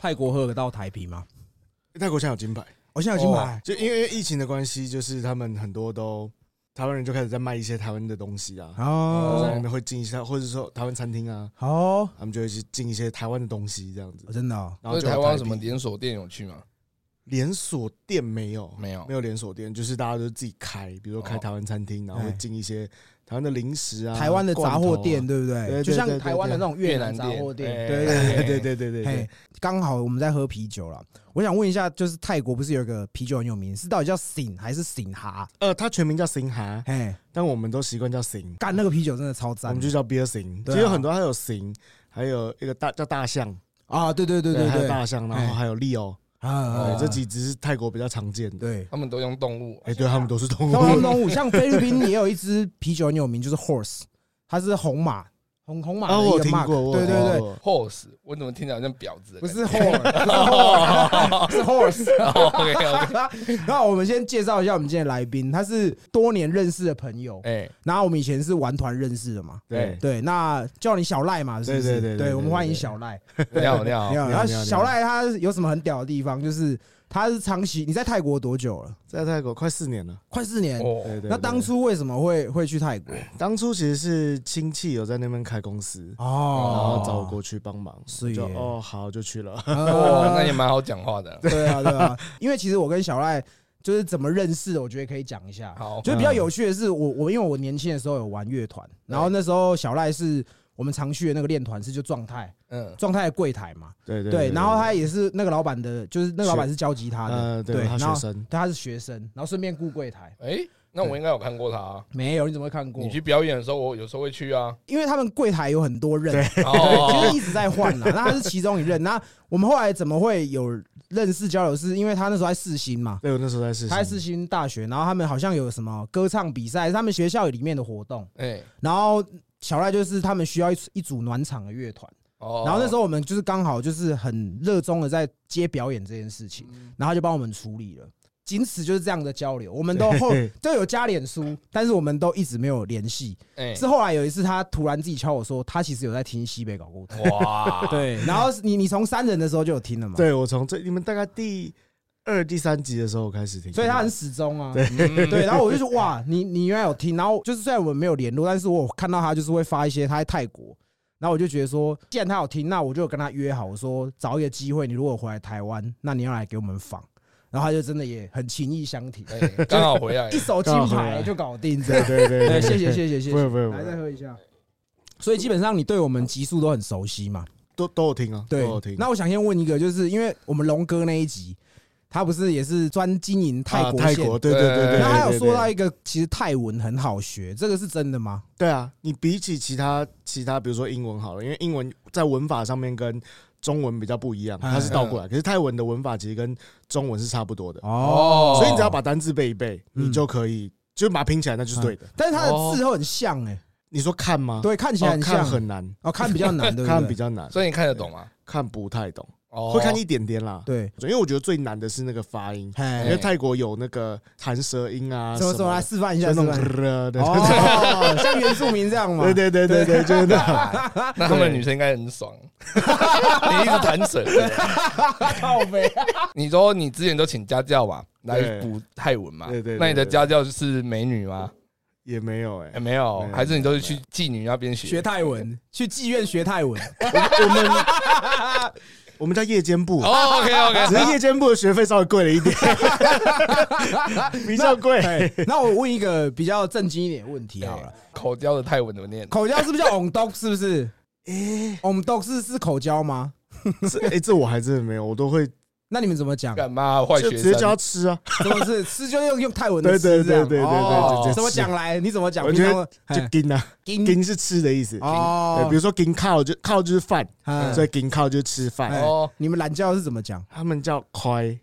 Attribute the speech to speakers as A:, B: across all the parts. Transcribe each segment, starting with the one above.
A: 泰国喝得到台啤吗？
B: 泰国现在有金牌，哦
A: 我现在有金牌，
B: 就因为疫情的关系，就是他们很多都台湾人就开始在卖一些台湾的东西啊，
A: 哦
B: 然后会进一些，或者说台湾餐厅啊，
A: 好哦，
B: 他们就会去进一些台湾的东西这样子。
A: 真的哦，
B: 然后
C: 那
B: 就有
C: 台湾
B: 啤
C: 什么连锁店有去吗？
B: 连锁店没有，
C: 没有
B: 哦没有连锁店，就是大家都自己开，比如说开
C: 哦
B: 台湾餐厅，然后
A: 哎
B: 会进一些台湾的零食啊，
A: 台湾的杂货店
B: 罐
A: 对不
B: 对
A: 对？
B: 对
A: 就像
B: 对对
A: 台湾的那种越南杂货店，
C: 越
A: 对
C: 南店
B: 头啊，
A: 对 对
B: 对对对对对
A: 嘿
B: 对，，
A: 刚好我们在喝啤酒了。我想问一下，就是泰国不是有一个啤酒很有名，是到底叫醒还是醒哈？
B: 呃，它全名叫星哈，
A: 嘿，
B: 但我们都习惯叫星，
A: 干那个啤酒真的超
B: 我
A: 赞
B: 们就叫 beer 星，
A: 对啊
B: 其实有很多它有星，还有一个大叫大象，
A: 啊！对对对对
B: 还有
A: 对，啊
B: 大象，然后
A: 哎
B: 还有利欧，
A: 啊
B: 对，这几只是泰国比较常见的，
A: 对。
C: 他们都用动物，
B: 哎，对，他们都是
A: 东
B: 动
A: 东
B: 物，
A: 东武，像菲律宾也有一支啤酒很有名，就是 Horse，它是红马，红红马
B: 啊，
A: 的
B: 我
A: 一
B: 有
A: 个
B: 听
A: mark，
B: 过，我有
A: 对
B: 哦
A: 对
B: 听
A: 对，
B: 过
C: horse，我怎么听起来好像婊子的
A: 不
C: 感觉？哦
A: 是 Horse，不 是哦 Horse，
C: OK OK，
A: 那我们先介绍一下我们今天的来宾，他是多年认识的朋友，
C: 哎，
A: 然后我们以前是玩团认识的嘛，
B: 对
A: 对，哎那叫你小赖嘛，是不是？
B: 对对对对对
A: 我们欢迎
B: 对
A: 小赖。
C: 你好你好
A: 你，好，
B: 你
A: 然
B: 好
A: 后
B: 你好
A: 小赖他有什么很屌的地方？就是他是长期你在泰国多久了？
B: 在泰国快四年了，
A: 快四年。
B: 对
C: 哦
B: 对，对
A: 那当初为什么会会去泰国？
B: 当初其实是亲戚有在那边开公司，然
A: 哦
B: 后找我过去帮忙，
A: 是
B: 就
A: 耶
B: 哦好就去了。
C: 哦，那
A: 呃
C: 也蛮好讲话的。
A: 对啊对啊，因为其实我跟小赖就是怎么认识的，我觉得可以讲一下。
C: 好，
A: 就比
B: 嗯
A: 较有趣的是，我我因为我年轻的时候有玩乐团，然后那时候小赖是我们常去的那个练团是就状态
C: 嗯，
A: 状态的柜台嘛，
B: 对对
A: 对，然后他也是那个老板的，就是那个老板是教吉他的，
B: 呃对
A: 对，
B: 他
A: 然
B: 学
A: 后
B: 生，
A: 他是学生，然后顺便雇柜台。
C: 哎，那我应该有看过他啊。
A: 没有，你怎么会看过
C: 你？去表演的时候，我有时候会去啊。
A: 因为他们柜台有很多人， 其
C: 哦
A: 实一直在换啦。那他是其中一任。那我们后来怎么会有认识交流？是因为他那时候在世新嘛，
B: 对我那时候在试
A: 他在世新大学，然后他们好像有什么歌唱比赛，是他们学校里面的活动。
C: 哎，
A: 然后小赖就是他们需要一一组暖场的乐团，
C: 哦，
A: 然后那时候我们就是刚好就是很热衷的在接表演这件事情，然后他就帮我们处理了。仅此就是这样的交流，我们都后
B: 对
A: 都有加脸书，但是我们都一直没有联系。
C: 哎，
A: 是后来有一次，他突然自己敲我说，他其实有在听西北搞过头。
C: 哇，
A: 对，然后是你你从三人的时候就有听了嘛，，
B: 对我从这你们大概第二、第三集的时候我开始听，
A: 所以他很始终啊。
C: 嗯，
A: 对，然后我就 说哇，你你原来有听，然后就是虽然我们没有联络，但是我有看到他就是会发一些他在泰国，然后我就觉得说，既然他有听，那我就有跟他约好，我说找一个机会，你如果回来台湾，那你要来给我们访，然后他就真的也很情意相挺，
C: 哎刚好 回来
A: 一。手金牌就搞定这
B: 对
A: 样。
B: 对对
A: 对，
B: 对，
A: 谢谢谢谢谢
B: 不
A: 谢
B: 会，不会不
A: 来再
B: 会，
A: 喝一下。所以基本上你对我们集数都很熟悉嘛，
B: 都都有听啊，都
A: 对
B: 有听。
A: 那我想先问一个，就是因为我们龙哥那一集，他不是也是专经营泰
B: 啊
A: 国
B: 泰
A: 线
B: 国，对对对对对，
A: 那他有
B: 哎对
A: 说到一个，其实泰文很好学，这个是真的吗？
B: 对啊，你比起其他其他，比如说英文好了，因为英文在文法上面跟中文比较不一样，
A: 哎
B: 它是倒过来，可是泰文的文法其实跟中文是差不多的，
C: 哦
B: 所以你只要把单字背一背，
A: 嗯
B: 你就可以就把它拼起来，那就是对的。
A: 但是他的字都很像哎、
B: 你说看吗？
A: 对，看起来
B: 哦
A: 很像，
B: 看很难，
A: 哦，看比较难，对不对？
B: 看比较难，
C: 所以你看得懂吗？
B: 看不太懂，
C: 哦，
B: 会看一点点啦。
A: 对，
B: 因为我觉得最难的是那个发音，因
A: 哎
B: 为，泰国有那个弹舌音啊，
A: 什么什么来
B: 的
A: 示范一下，
B: 就那
A: 示
B: 种
A: 范一下。
B: 呃的，对
A: 哦， 像原住民这样嘛，
B: 对对对对对，就 是那
C: 那他们女生应该很爽， 你一直弹水。
A: 靠背，
C: 你说你之前都请家教吧，来
B: 对
C: 补泰文嘛？
B: 对对对
C: 那你的家教是美女吗？
B: 也没有 哎
C: 哎，，没有
B: 没，有
C: 还是你都是去妓女那边
A: 学
C: 学？
A: 泰文，去妓院学泰 文，
B: 我们叫夜间部，
C: 哦，OK OK，
B: 只是夜间部的学费稍微贵了 一点，比较贵。
A: 那哎我问一个比较正经一点的问题好了，
C: 口交的泰文怎么 念？
A: 口交是不是叫 on dog？是不 是？on dog 是是口交吗？
B: 这哎，这我还真的没有，我都会
A: 那你们怎么讲？
C: 干嘛坏
B: 就
C: 学
B: 直接叫他
C: 生？
B: 吃啊，
A: 怎么是吃就用用泰文的
B: 对对
A: 吃这样？
B: 对对对对
A: 哦
C: 直接吃
A: 怎么讲来？你怎么讲？
B: 我觉得
A: 平常
B: 就
A: 嘿
B: 金啊，
A: 金
B: 金是吃的意思。对，
A: 哦
B: 比，如说金靠就靠就是饭，
A: 嗯哎
B: 所以金靠就是吃饭。
C: 哦，
A: 你们懒觉是怎么讲？
B: 他们叫快，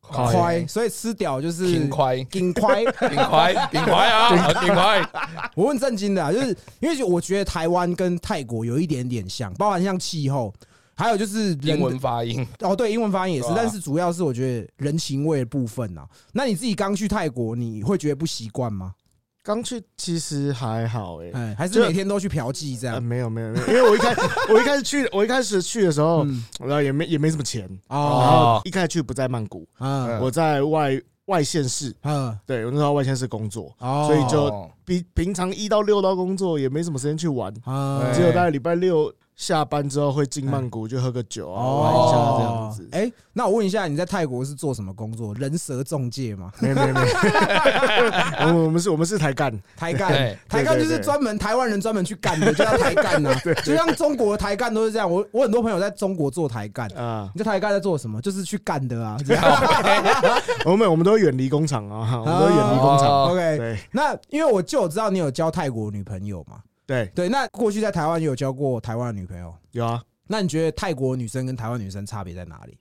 B: 快
A: 快，所以吃屌就是
C: 哦哎挺快。
A: 挺快。
C: 顶快，顶快啊，顶快！
A: 我问正经的、啊，就是因为我觉得台湾跟泰国有一点点像，包含像气候，还有就是人
C: 英文发音，
A: 哦，对，英文发音也是
C: 对，啊
A: 但是主要是我觉得人情味的部分啊。那你自己刚去泰国，你会觉得不习惯吗？
B: 刚去其实还好哎、
A: 哎，还是
B: 就
A: 每天都去嫖妓这
B: 呃，
A: 样？
B: 没有没有没有，因为我一开 我一开始去我一开始去的时候，
A: 嗯
B: 然后也没也没什么钱，然
A: 哦，
B: 后一开始去不在曼谷，
A: 嗯
B: 我在外外县市，
A: 嗯，
B: 对我那时候在外县市工作，
A: 哦，
B: 所以就
C: 哦
B: 比平常一到六到工作也没什么时间去玩，
A: 啊
C: 对
B: 只有大概礼拜六下班之后会进曼谷就喝个酒啊，玩一下这样子。
A: 哦哎，那我问一下，你在泰国是做什么工作？人蛇中介 吗？
B: 没有没有没有，我们我们是我们是台干，
A: 抬干
C: 对，
A: 抬干就
B: 对对
A: 是
B: 对
A: 专门台湾人专门去干的，就叫抬干 呐。就像中国的抬干都是这样，我我很多朋友在中国做抬 干。
B: 啊，
A: 你这台干在做什么？就是去干的 啊。
B: 我们我们都远离工厂啊，我们都远离工厂。
C: 哦
A: OK，
B: 对
A: 那因为我就有知道你有交泰国女朋友嘛，
B: 对，
A: 对，那过去在台湾也有交过台湾的女朋友，
B: 有啊。
A: 那你觉得泰国女生跟台湾女生差别在哪里？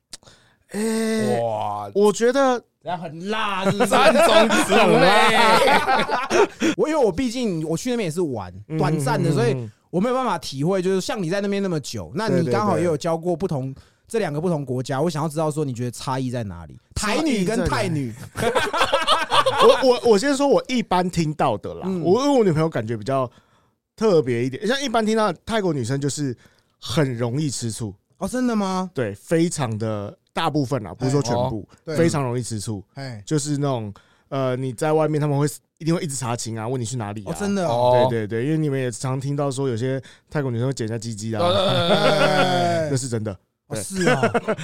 B: 哎，
C: 哇，
B: 我觉得
A: 然后很辣，是不是？
C: 三种 哎子嘞，
A: 我因为我毕竟我去那边也是玩
B: 嗯
A: 短暂的，所以
B: 嗯嗯
A: 我没有办法体会，就是像你在那边那么久，那
B: 对
A: 你
B: 对
A: 刚好
B: 对
A: 也有交过不同这两个不同国家，我想要知道说你觉得差异在哪里？
B: 差异
A: 台女跟
B: 在哪
A: 泰女，
B: 欸 我我我先说，我一般听到的啦，
A: 嗯
B: 我因为我女朋友感觉比较特别一点，像一般听到的泰国女生就是很容易吃醋，
A: 哦，真的吗？
B: 对，非常的大部分啦，不是说全部，
A: 哦对
B: 非常容易吃醋，
A: 哎，
B: 就是那种呃，你在外面他们会一定会一直查情啊，问你去哪里啊，
A: 哦，真的哦，
C: 哦，
B: 对对对，因为你们也常听到说有些泰国女生会剪一下鸡鸡啊，
A: 哎
B: 那是真的，
A: 哦是哦，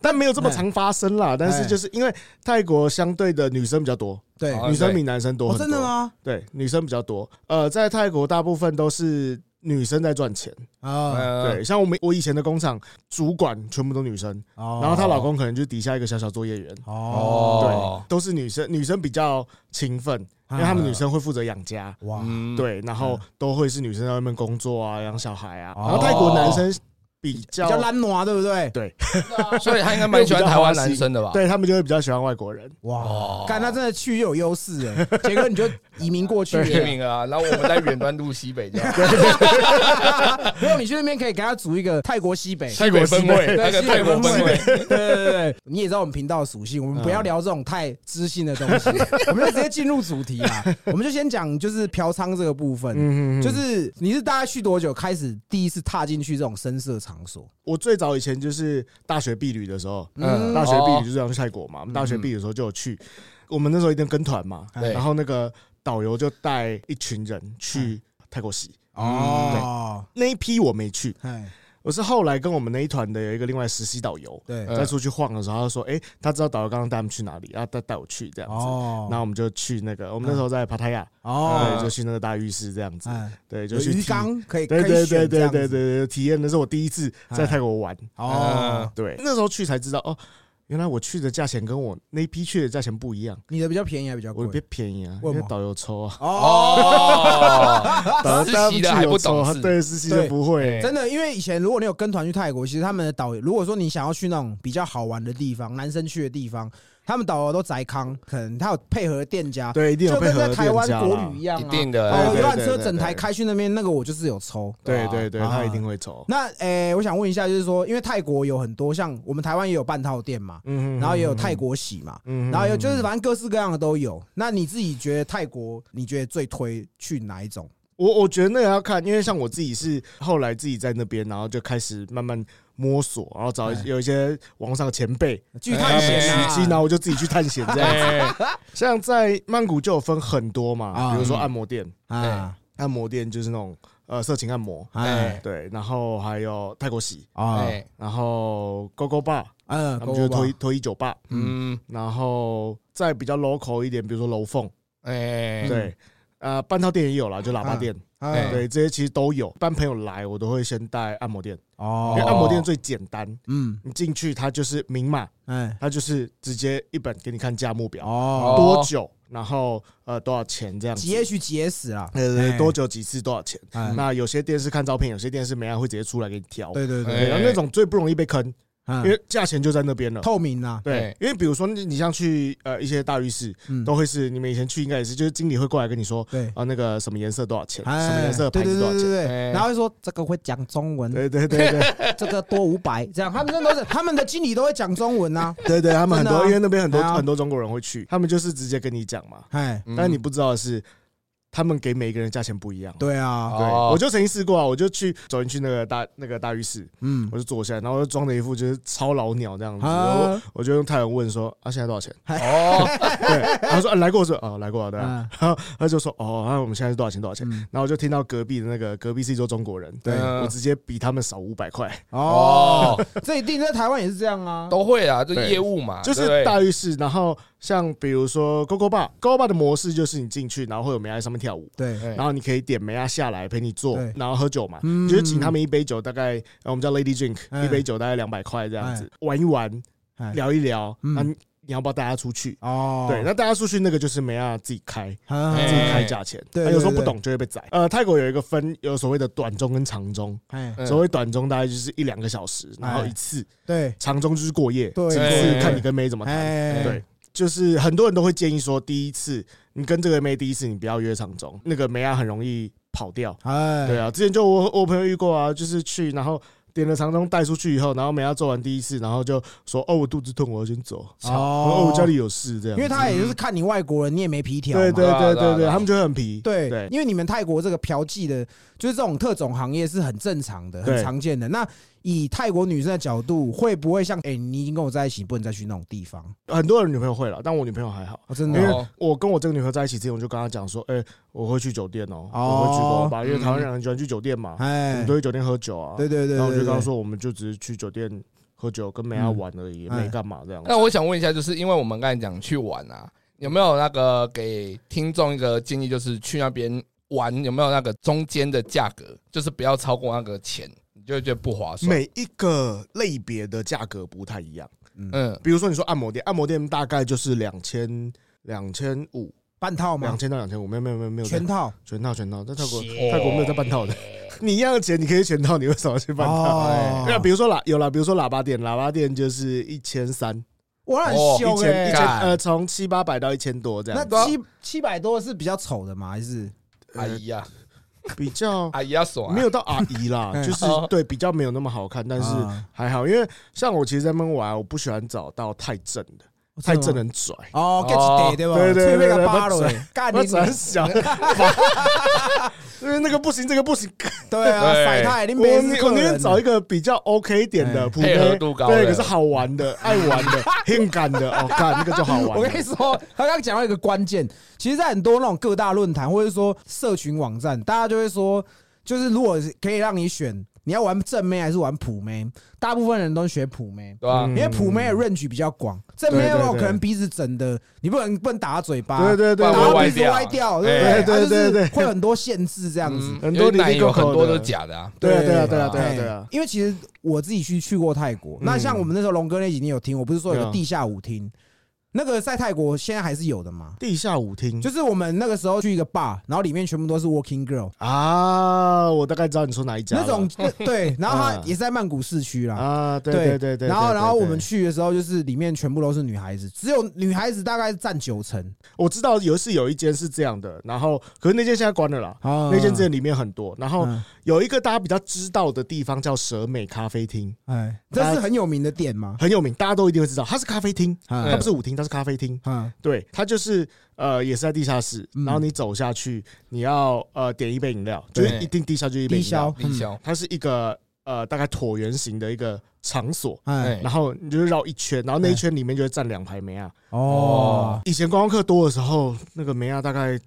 B: 但没有
A: 哎
B: 这么常发生啦。但是就是因为泰国相对的女生比较多，
A: 对，
C: 哦
B: 女生比男生
A: 哦，
B: 多很多，
A: 真的？吗？
B: 对，女生比较多。呃，在泰国大部分都是女生在赚钱，
C: 哎
A: 啊，
B: 对，像我们我以前的工厂主管全部都女生，然
A: 然
B: 后她老公可能就底下一个小小作业员，
A: 哦，
C: 哦
B: 对，，都是女生，女生比较勤奋，
A: 嗯
B: 因为她们女生会负责养家。
A: 哇，
C: 嗯，
B: 对，然后都会是女生在外面工作啊，养小孩啊。
A: 哦
B: 然后泰国男生比
A: 比
B: 较
A: 较懒惰，啊对不对？
C: 所以他应该蛮喜欢台湾男生的吧？
B: 对他们就会比较喜欢外国人。
A: 哇
C: 哦，
A: 看他真的去又有优势哎，杰哥你就移民过去
C: 去移
A: 了，
C: 民 啊，然后我们在远端录西北这样，
A: 没有你去那边可以给他组一个泰国西北。
C: 西北分位，那
A: 对，
C: 个泰国
A: 西
C: 分
A: 北
C: 位，
A: 对对对对，你也知道我们频道的属性，我们不要聊这种太知性的东西，我们就直接进入主题啦。我们就先讲就是嫖娼这个部分，
B: 嗯
A: 就是你是大概去多久开始第一次踏进去这种深色场所？
B: 我最早以前就是大学毕旅的时候，
A: 嗯
C: 嗯，
B: 大学毕旅就是要去泰国嘛。我们大学毕旅的时候就有去，我们那时候一定跟团嘛，
C: 对
B: 然后那个导游就带一群人
A: 嗯
B: 去泰国洗。
A: 哦，
B: 那一批我没去，
A: 哎，
B: 我是后来跟我们那一团的有一个另外实习导游
A: 对，
C: 嗯
B: 在出去晃的时候，他就说：“哎，他知道导游刚刚带他们去哪里，然后带带我去这样子。”
A: 哦，
B: 那我们就去那个，我们那时候在帕塔亚，
A: 哦
B: 对，，就去那个大浴室这样子，
A: 哎，
B: 对，就
A: 有
B: 去
A: 鱼
B: 体，
A: 缸可以，
B: 对
A: 可以
B: 对
A: 选这
B: 对对
A: 样
B: 对对
A: 子，嗯
B: 对，体验的是我第一次在泰国玩，
A: 哦，
B: 对，那时候去才知道哦，原来我去的价钱跟我那一批去的价钱不一样，
A: 你的比较便宜还比较
B: 我
A: 贵
B: 别便宜啊，
A: 为什
B: 因为
A: 么
B: 导游抽啊，
A: 哦。
C: 哦，
B: 导
C: 实习的还不懂
B: 游抽啊
C: 事，
B: 对，实习
A: 对
B: 的不会，
A: 真的，因为以前如果你有跟团去泰国，其实他们的导游，如果说你想要去那种比较好玩的地方，男生去的地方，他们导游都宅康，可能他有配合店家，
B: 对，一定有
A: 就
B: 配
A: 跟
B: 合
A: 在
B: 的
A: 台湾
B: 店家啊
A: 国
B: 啦
A: 旅一样
C: 一
A: 啊。
C: 定的，
A: 哦，
B: 对
A: 游
B: 对
A: 览
B: 对
A: 车
B: 对
A: 整台
B: 对
A: 开去那边，那个我就是有抽。
B: 对对对，
A: 啊
B: 他一定会抽，
A: 那诶、我想问一下，就是说，因为泰国有很多像我们台湾也有半套店嘛，
B: 嗯，
A: 然后也有泰国洗嘛，
B: 嗯，嗯
A: 然后有就是反正各式各样的都有。那你自己觉得泰国，你觉得最推去哪一种？
B: 我我觉得那个要看，因为像我自己是后来自己在那边，然后就开始慢慢摸索，然后找
A: 哎
B: 有一些网上的前辈
A: 去探险
B: 他们
A: 啊，
B: 取经，然后我就自己去探险这样。
C: 哎，
B: 像在曼谷就有分很
A: 啊
B: 多嘛，比如说按摩店，
A: 啊
B: 按摩店就是那种呃色情按摩，
A: 哎
B: 对，然后还有泰国洗，
A: 啊
C: 哎，
B: 然后 Go Go Bar，
A: 嗯，
B: 他们就是
A: 勾勾吧
B: 脱衣脱衣酒吧，
C: 嗯，
B: 然后再比较 local 一点，比如说楼凤，
C: 哎，
A: 嗯
B: 对，呃半套店也有啦，就喇叭店，
A: 哎
B: 啊对，这些其实都有。一般朋友来，我都会先带按摩店，因为
A: 哦，
B: 按摩店最简单，
A: 嗯，
B: 你进去它就是明码，
A: 哎，
B: 它就是直接一本给你看价目表，
A: 哦，
B: 多久，然后呃多少钱这样子。
A: 几 H 几 S 啦，
B: 对对
A: 哎
B: 对，多久几次多少钱？
A: 哎
B: 那有些店是看照片，有些店是没啊按，会直接出来给你挑。
A: 对对对，嗯
B: 对，然后
C: 哎
B: 那种最不容易被坑，
A: 因
B: 因为价钱就在那边了。
A: 透明啊，
B: 对，因为比如说你你像去呃一些大浴室，
A: 嗯，
B: 都会是你们以前去应该也是，就是经理会过来跟你说
A: 对，
B: 啊那个什么颜色多少钱，
A: 哎
B: 什么颜色的
A: 对
B: 牌
A: 对
B: 子多
A: 对
B: 少
A: 对
B: 钱。
A: 对，
C: 哎
A: 然后会说这个会讲中文，
B: 对对对对
A: 这个多五百，这样他们真的都是他们的经理都会讲中文 啊，
B: 对对，他们很
A: 真的
B: 多
A: 啊
B: 因为那边很多
A: 对啊
B: 很多中国人会去，他们就是直接跟你讲嘛。
A: 哎，
C: 嗯
B: 但你不知道的是，他们给每一个人价钱不一样。
A: 对啊，
B: 对，
C: 哦
B: 我就曾经试过啊，我就去走进去那个大那个大浴室，
A: 嗯
B: 我，就坐下来，然后就装着一副就是超老鸟这样子，然后
A: 啊，
B: 我就用泰文问说啊，现在多少钱？
C: 哦，
B: 对，他说、啊、来过，我说哦来过啊，对啊，
A: 嗯
B: 他就说哦，那、我们现在是多少钱？多少钱？
A: 嗯，
B: 然后我就听到隔壁的那个隔壁是一桌中国人，
A: 对
B: 我
C: 嗯
B: 直接比他们少五百块，
A: 哦，
C: 哦，
A: 这一定在台湾也是这样啊。
C: 都会啊，就
B: 对
C: 业务嘛，
B: 就是
C: 对不对
B: 大浴室。然后像比如说 GoGo Bar，GoGo Bar 的模式就是你进去，然后会有美亚在上面跳舞，
A: 对，
C: 对
B: 然后你可以点美亚下来陪你坐
A: 对，
B: 然后喝酒嘛，
A: 嗯
B: 你就是请他们一杯酒，大概呃我们叫 Lady Drink，
A: 哎
B: 一杯酒大概两百块这样子，玩一玩，
A: 哎
B: 聊一聊，
A: 嗯
B: 那你你要不要带他出去？
A: 哦，
B: 对，那带他出去那个就是美亚自己开，
A: 啊
B: 自己开
C: 哎
B: 价钱，
A: 对
B: 他有时候
A: 对
B: 不
A: 对
B: 懂就会被宰。呃，泰国有一个分，有所谓的短中跟长中。
A: 哎，
C: 嗯
B: 所谓短中大概就是一两个小时，然后
A: 哎
B: 一次；
A: 对，
B: 长中就是过夜，
A: 对
B: 只是
C: 对
B: 看你跟妹怎么谈。
A: 哎，
B: 对，就是很多人都会建议说，第一次你跟这个妹第一次你不要约长中，那个妹啊很容易跑掉。
A: 哎，
B: 对啊，之前就我我朋友遇过啊，就是去然后点了长中带出去以后，然后妹啊做完第一次，然后就说哦我肚子痛，我要先走，
A: 哦
B: 哦我家里有事这样
A: 因为
B: 子。
A: 他也就是看你外国人，你也没皮条嘛，
B: 对对
C: 对啊
B: 对
C: 对啊
B: 对
C: 对
B: 对，
C: 啊
B: 他们就会很皮。
A: 对，
B: 对
A: 因为你们泰国这个嫖妓的，就是这种特种行业是很正常的、
B: 对
A: 很常见的。那以泰国女生的角度，会不会像哎、你已经跟我在一起，不能再去那种地方？
B: 很多人女朋友会了，但我女朋友还好。
A: 哦、真
B: 因
A: 的哦、嗯
B: 为我跟我这个女朋友在一起之前，我就跟她讲说，哎、我会去酒店哦、
A: 哦
B: 我会去酒吧，因为
C: 嗯
B: 台湾人很喜欢去酒店嘛，我
A: 哎
B: 们都，去酒店喝酒啊。
A: 对对对
B: 然后我
A: 对
B: 就跟她
A: 对，
B: 说，我们就只是去酒店喝酒，跟美亚玩而已，也
A: 嗯
B: 没干嘛这样。
C: 那我想问一下，就是因为我们刚才讲去玩啊，有没有那个给听众一个建议，就是去那边玩有没有那个中间的价格，就是不要超过那个钱，你就会觉得不划
A: 嗯
C: 算。
B: 每一个类别的价格不太一样，
C: 嗯，
B: 比如说你说按摩店，按摩店大概就是两千、两千五、
A: 半套
B: 两
A: 吗？
B: 千到两千五，没有没有没有没有
A: 全套
B: 全套全套，在泰国
A: 鞋
B: 泰国没有在半套的， 你一样的钱你可以全套，你为什么要去半套？
A: 哦
B: 哎那、比如说喇有啦，比如说喇叭店，喇叭店就是一千三，
A: 欸我很
C: 哦
B: 一
A: 凶
B: 千
A: 哎、
B: 一千
C: 干
B: 呃，从七八百到一千多这样，
A: 那七七百多是比较丑的吗？还是，
C: 阿姨呀、
B: 比较
C: 阿姨要爽、啊，
B: 没有到阿姨啦
A: 嗯
B: 就是
C: 哦
B: 对比较没有那么好看，但是
A: 啊
B: 还好，因为像我其实在那边玩，我不喜欢找到太正的，太正人拽，
A: 哦
C: 哦
A: ，get 对吧？
B: 对对对
A: 那个
B: 对
A: 八
B: 不
A: 了
B: 准
A: 欸，干
B: 我
A: 你
B: 只能想， 因为那个不行，这个不行，
A: 对啊，
C: 对
A: 甩太，你
B: 我
A: 没
B: 宁我宁愿找一个比较 OK 一点
A: 哎
B: 的，普
C: 配合
B: 通
C: 度高
B: 对，
C: 的
B: 可是好玩 的、爱玩的、性感的，哦，干那个就好玩
A: 我跟你
B: 了。
A: 说，他刚讲到一个关键，其实，在很多那种各大论坛或者说社群网站，大家就会说，就是如果可以让你选，你要玩正妹还是玩普妹，大部分人都选普妹。
C: 对吧、
A: 因
B: 嗯
A: 为普妹的 range 比较广，正妹
B: 对对
A: 有
B: 对
A: 可能鼻子整的，你不能不能打她嘴巴，
B: 对对对
A: 打
C: 不然
A: 她
C: 会
B: 对，
C: 歪
A: 鼻子
C: 掉
A: 歪掉，
C: 哎
A: 对不对？
B: 对对对
A: 她就是
B: 对
A: 会有很多限制这样子。
C: 嗯
B: 很
C: 因为
B: 多
C: 奶油很多
B: 零零扣扣的
C: 都是假的啊。
B: 对啊对啊对啊对啊
A: 哎
B: 对啊，
A: 因为其实我自己去去过泰国，
B: 嗯
A: 那像我们那时候龙哥那集你有听，我不是说有
B: 对
A: 个
B: 啊
A: 地下舞厅，那个在泰国现在还是有的嘛？
B: 地下舞厅
A: 就是我们那个时候去一个 bar，然后里面全部都是 working girl
B: 啊，我大概知道你说哪一家了
A: 那 种，那对，然后它
B: 啊
A: 也是在曼谷市区啦。
B: 啊，对对对对。
A: 然后，
B: 对
A: 然后我
B: 对
A: 们去的时候，就是里面全部都是女孩子，只有女孩子大概占九成
B: 我知道有是有一间是这样的，然后可是那间现在关了啦。
A: 啊。
B: 那间店里面很多，然后
A: 嗯，
B: 有一个大家比较知道的地方叫蛇美咖啡厅，
A: 哎，这是很有名的店吗？
B: 很有名，大家都一定会知道。它是咖啡厅，它
A: 啊
B: 不是舞厅，它是咖啡厅。
A: 啊
B: 对，它就是呃，也是在地下室。
A: 嗯
B: 然后你走下去，你要呃点一杯饮料，就
A: 对
B: 是一定地下就一杯
A: 低
B: 饮料
A: 消。
C: 李潇，
B: 它是一个呃大概椭圆形的一个场所，
A: 哎
C: 哎
B: 嗯然后你就绕一圈，然后那一圈里面就会站两排梅亚。
A: 哦
B: 以前观光客多的时候，那个梅亚大概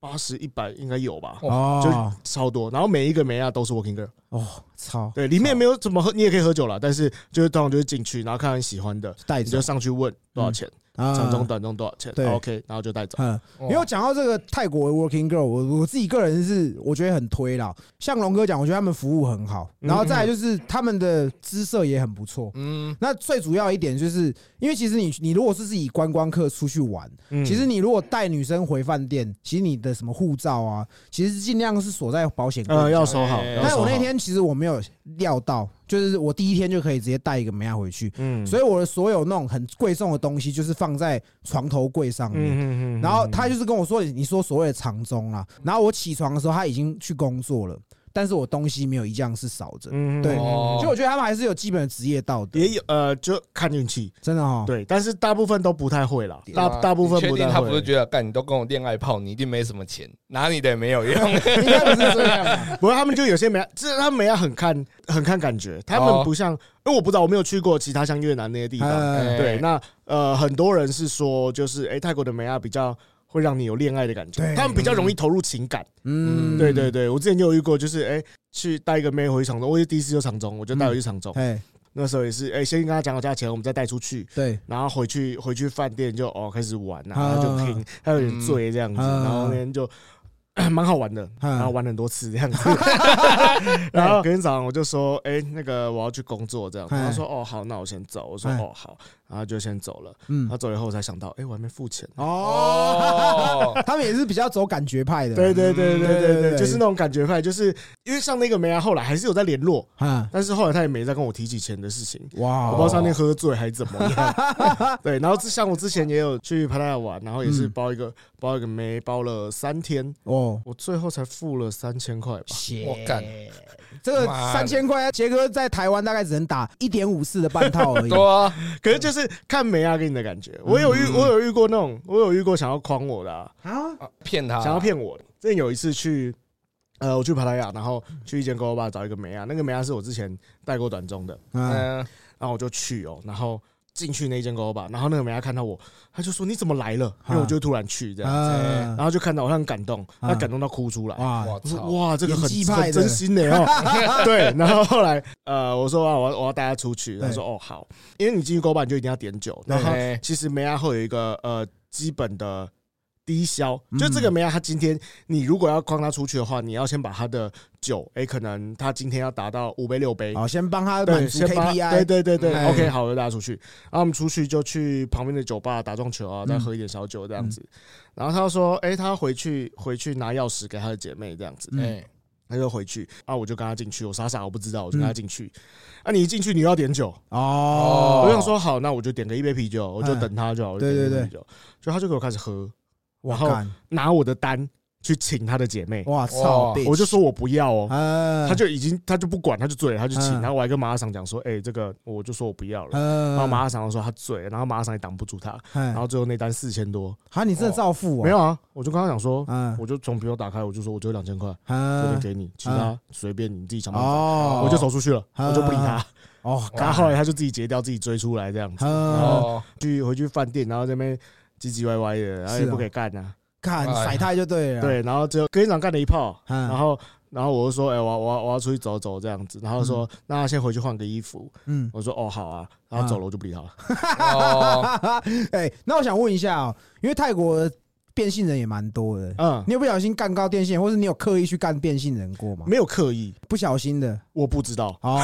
B: 八十一百应该有吧，
A: 哦
B: 就超多。然后每一个梅亚都是 working girl，
A: 哦，操，
B: 对，里面没有怎么喝，你也可以喝酒了，但是就是通常就是进去，然后看看喜欢的，
A: 带
B: 你就
A: 着
B: 上去问多少钱，长中。哦短中多少钱
A: 嗯对
B: ，OK，然后就带走。
A: 嗯，啊
C: 哦
A: 因为我讲到这个泰国的 working girl，我我自己个人是我觉得很推啦。像龙哥讲，我觉得他们服务很好，
B: 嗯
A: 然后再来就是他们的姿色也很不错。
C: 嗯，
A: 那最主要一点就是，因为其实你你如果是自己观光客出去玩，
B: 嗯
A: 其实你如果带女生回饭店，其实你的什么护照啊，其实尽量是锁在保险柜。
B: 呃要收好，
C: 哎
B: 要
A: 但
B: 收
A: 我
B: 好
A: 那天其实我没有料到，就是我第一天就可以直接带一个美亚回去，
B: 嗯
A: 所以我的所有那种很贵重的东西就是放在床头柜上面。啊
B: 嗯
A: 然后他就是跟我说，你说所谓的长中啦。然后我起床的时候，他已经去工作了。但是我东西没有一样是少着。
B: 嗯
A: 对
C: 哦
A: 所以我觉得他们还是有基本的职业道德，
B: 也有呃，就看运气，
A: 真的哦哈。
B: 对，但是大部分都不太会啦，大大部分
C: 你确
B: 不
C: 定
B: 太
C: 他不是
B: 会。
C: 觉得干你都跟我恋爱泡，你一定没什么钱，拿你的也没有用。
A: 应该不是这样啊吧？
B: 不过他们就有些没，这他们也很看很看感觉，他们
C: 哦
B: 不像，因为我不知道我没有去过其他像越南那些 地方，
A: 呃
C: 哎
B: 对，那呃，很多人是说，就是哎、泰国的美亚比较会让你有恋爱的感觉，
A: 对
B: 他们比较容易投入情感。
A: 嗯，
B: 对对，对，我之前就有遇过，就是哎、去带一个妹回场中，我也第一次就场中，我就带回去场中，
A: 哎，
B: 那时候也是哎、先跟她讲好价钱，我们再带出去。
A: 对，
B: 然后回去回去饭店就哦开始玩啊，
A: 啊
B: 然后就听，他有点醉这样子，
A: 嗯
B: 然后那天就 蛮好玩的，
A: 嗯
B: 然后玩很多次这样子。 然后隔天早上我就说，哎，那个我要去工作这样，
A: 嗯
B: 他说哦好，那我先走，我说
A: 嗯
B: 哦好，然后就先走了。
A: 嗯
B: 他，走以后我才想到，哎，我还没付钱。
A: 哦，
C: 哦，
A: 他们也是比较走感觉派的，
B: 对对对对
A: 对
B: 对
A: 对
B: 对，就是那种感觉派，就是因为像那个梅啊兰后来还是有在联络，
A: 啊，
B: 但是后来他也没再跟我提起钱的事情。
A: 哇，
B: 我不知道上面喝醉还是怎么样。对，然后之像我之前也有去帕拉雅玩，然后也是
A: 嗯
B: 包一个包一个妹，包了三天，
A: 哦，
B: 我最后才付了三千块吧。
A: 血
C: 我干，
A: 这个
C: 妈
A: 三
C: 的
A: 千块，杰哥在台湾大概只能打一点五次的半套 而已。
C: 对啊，
B: 可是就是看梅亚给你的感觉，我有遇我有遇过那种，我有遇过想要诓我的、啊，
A: 啊，
C: 骗他，
B: 想要骗我的。之前有一次去。呃，我去帕拉雅，然后去一间 g o 吧找一个梅亚，那个梅亚是我之前带过短中的，
A: 嗯，
C: 嗯，
B: 然后我就去哦，然后进去那间 g o 吧，然后那个梅亚看到我，他就说你怎么来了？因为我就突然去这样，
A: 啊
B: 然后就看到我，他很感动，
A: 啊
B: 他感动到哭出来。
A: 哇
C: 我
B: 我说
C: 操，
B: 啊哇，这个
A: 演
B: 很
A: 技派的
B: 很真心的 哦。对，然后后来呃，我说啊，我要我要带他出去。
A: 对
B: 他说哦好，因为你进去勾吧，你就一定要点酒。
A: 对
B: 然后
C: 哎
B: 其实梅亚后有一个呃基本的低消
A: 嗯，
B: 就这个梅亚，他今天你如果要框他出去的话，你要先把他的酒，哎，可能他今天要达到五杯六杯。
A: 好，先帮他满
B: 对，
A: 足
B: 先把对
A: KPI，
B: 对对
A: 嗯
B: 对
C: 哎
B: ，OK，好，我就带他出去。然后我们出去就去旁边的酒吧打撞球啊，再
A: 嗯
B: 喝一点小酒这样子。然后他就说，哎，他回去回去拿钥匙给他的姐妹这样子。
A: 嗯
C: 哎，
B: 他就回去啊，我就跟他进去，我傻傻我不知道，我
A: 嗯
B: 就跟他进去。啊，你一进去你又要点酒，
A: 哦，
B: 我想说好，那我就点个一杯啤酒，我就等他就好，我就
A: 对
B: 点
A: 对
B: 一杯啤酒，就他就给我开始喝，
A: 哇
B: 然后
A: 干，
B: 拿我的单去请他的姐妹，
A: 哇操
C: 哇，
A: bitch
B: 我就说我不要哦，
A: 呃，
B: 他就已经他就不管，他就醉了，他就
A: 嗯
B: 请，然后我还跟马上讲说，哎，这个我就说我不要了，
A: 呃，
B: 然后马上说他醉了，然后马上也挡不住他，
A: 然
B: 然后最后那单四千多，
A: 啊，你真的造富哦？
B: 没有啊，我就跟他讲说，
A: 嗯，
B: 我就从朋友打开，我就说我只有两千块，这边
A: 嗯，
B: 给你，其他随便你自己想办法。
A: 哦，
B: 我就走出去了，
A: 嗯
B: 我就不理他。
A: 哦，
B: 然后后来他就自己截掉，自己追出来这样子，
A: 嗯，
C: 哦，
B: 去回去饭店，然后这边唧唧歪歪的，然后也
A: 是啊
B: 不给干啊。
A: 看甩太就对了，，
B: 对，然后只有跟长干了一炮，
A: 嗯
B: 然后然后我就说，哎，我要我要我要出去走走这样子，然后说那他先回去换个衣服。
A: 嗯，
B: 我说哦好啊，然后走了我就不理他了。
C: 哦，
A: 哎，那我想问一下哦，因为泰国变性人也蛮多的，
B: 嗯，
A: 你有不小心干高变性人，或是你有刻意去干变性人过吗？
B: 没有刻意，
A: 不小心的
B: 我不知道，
A: 哦，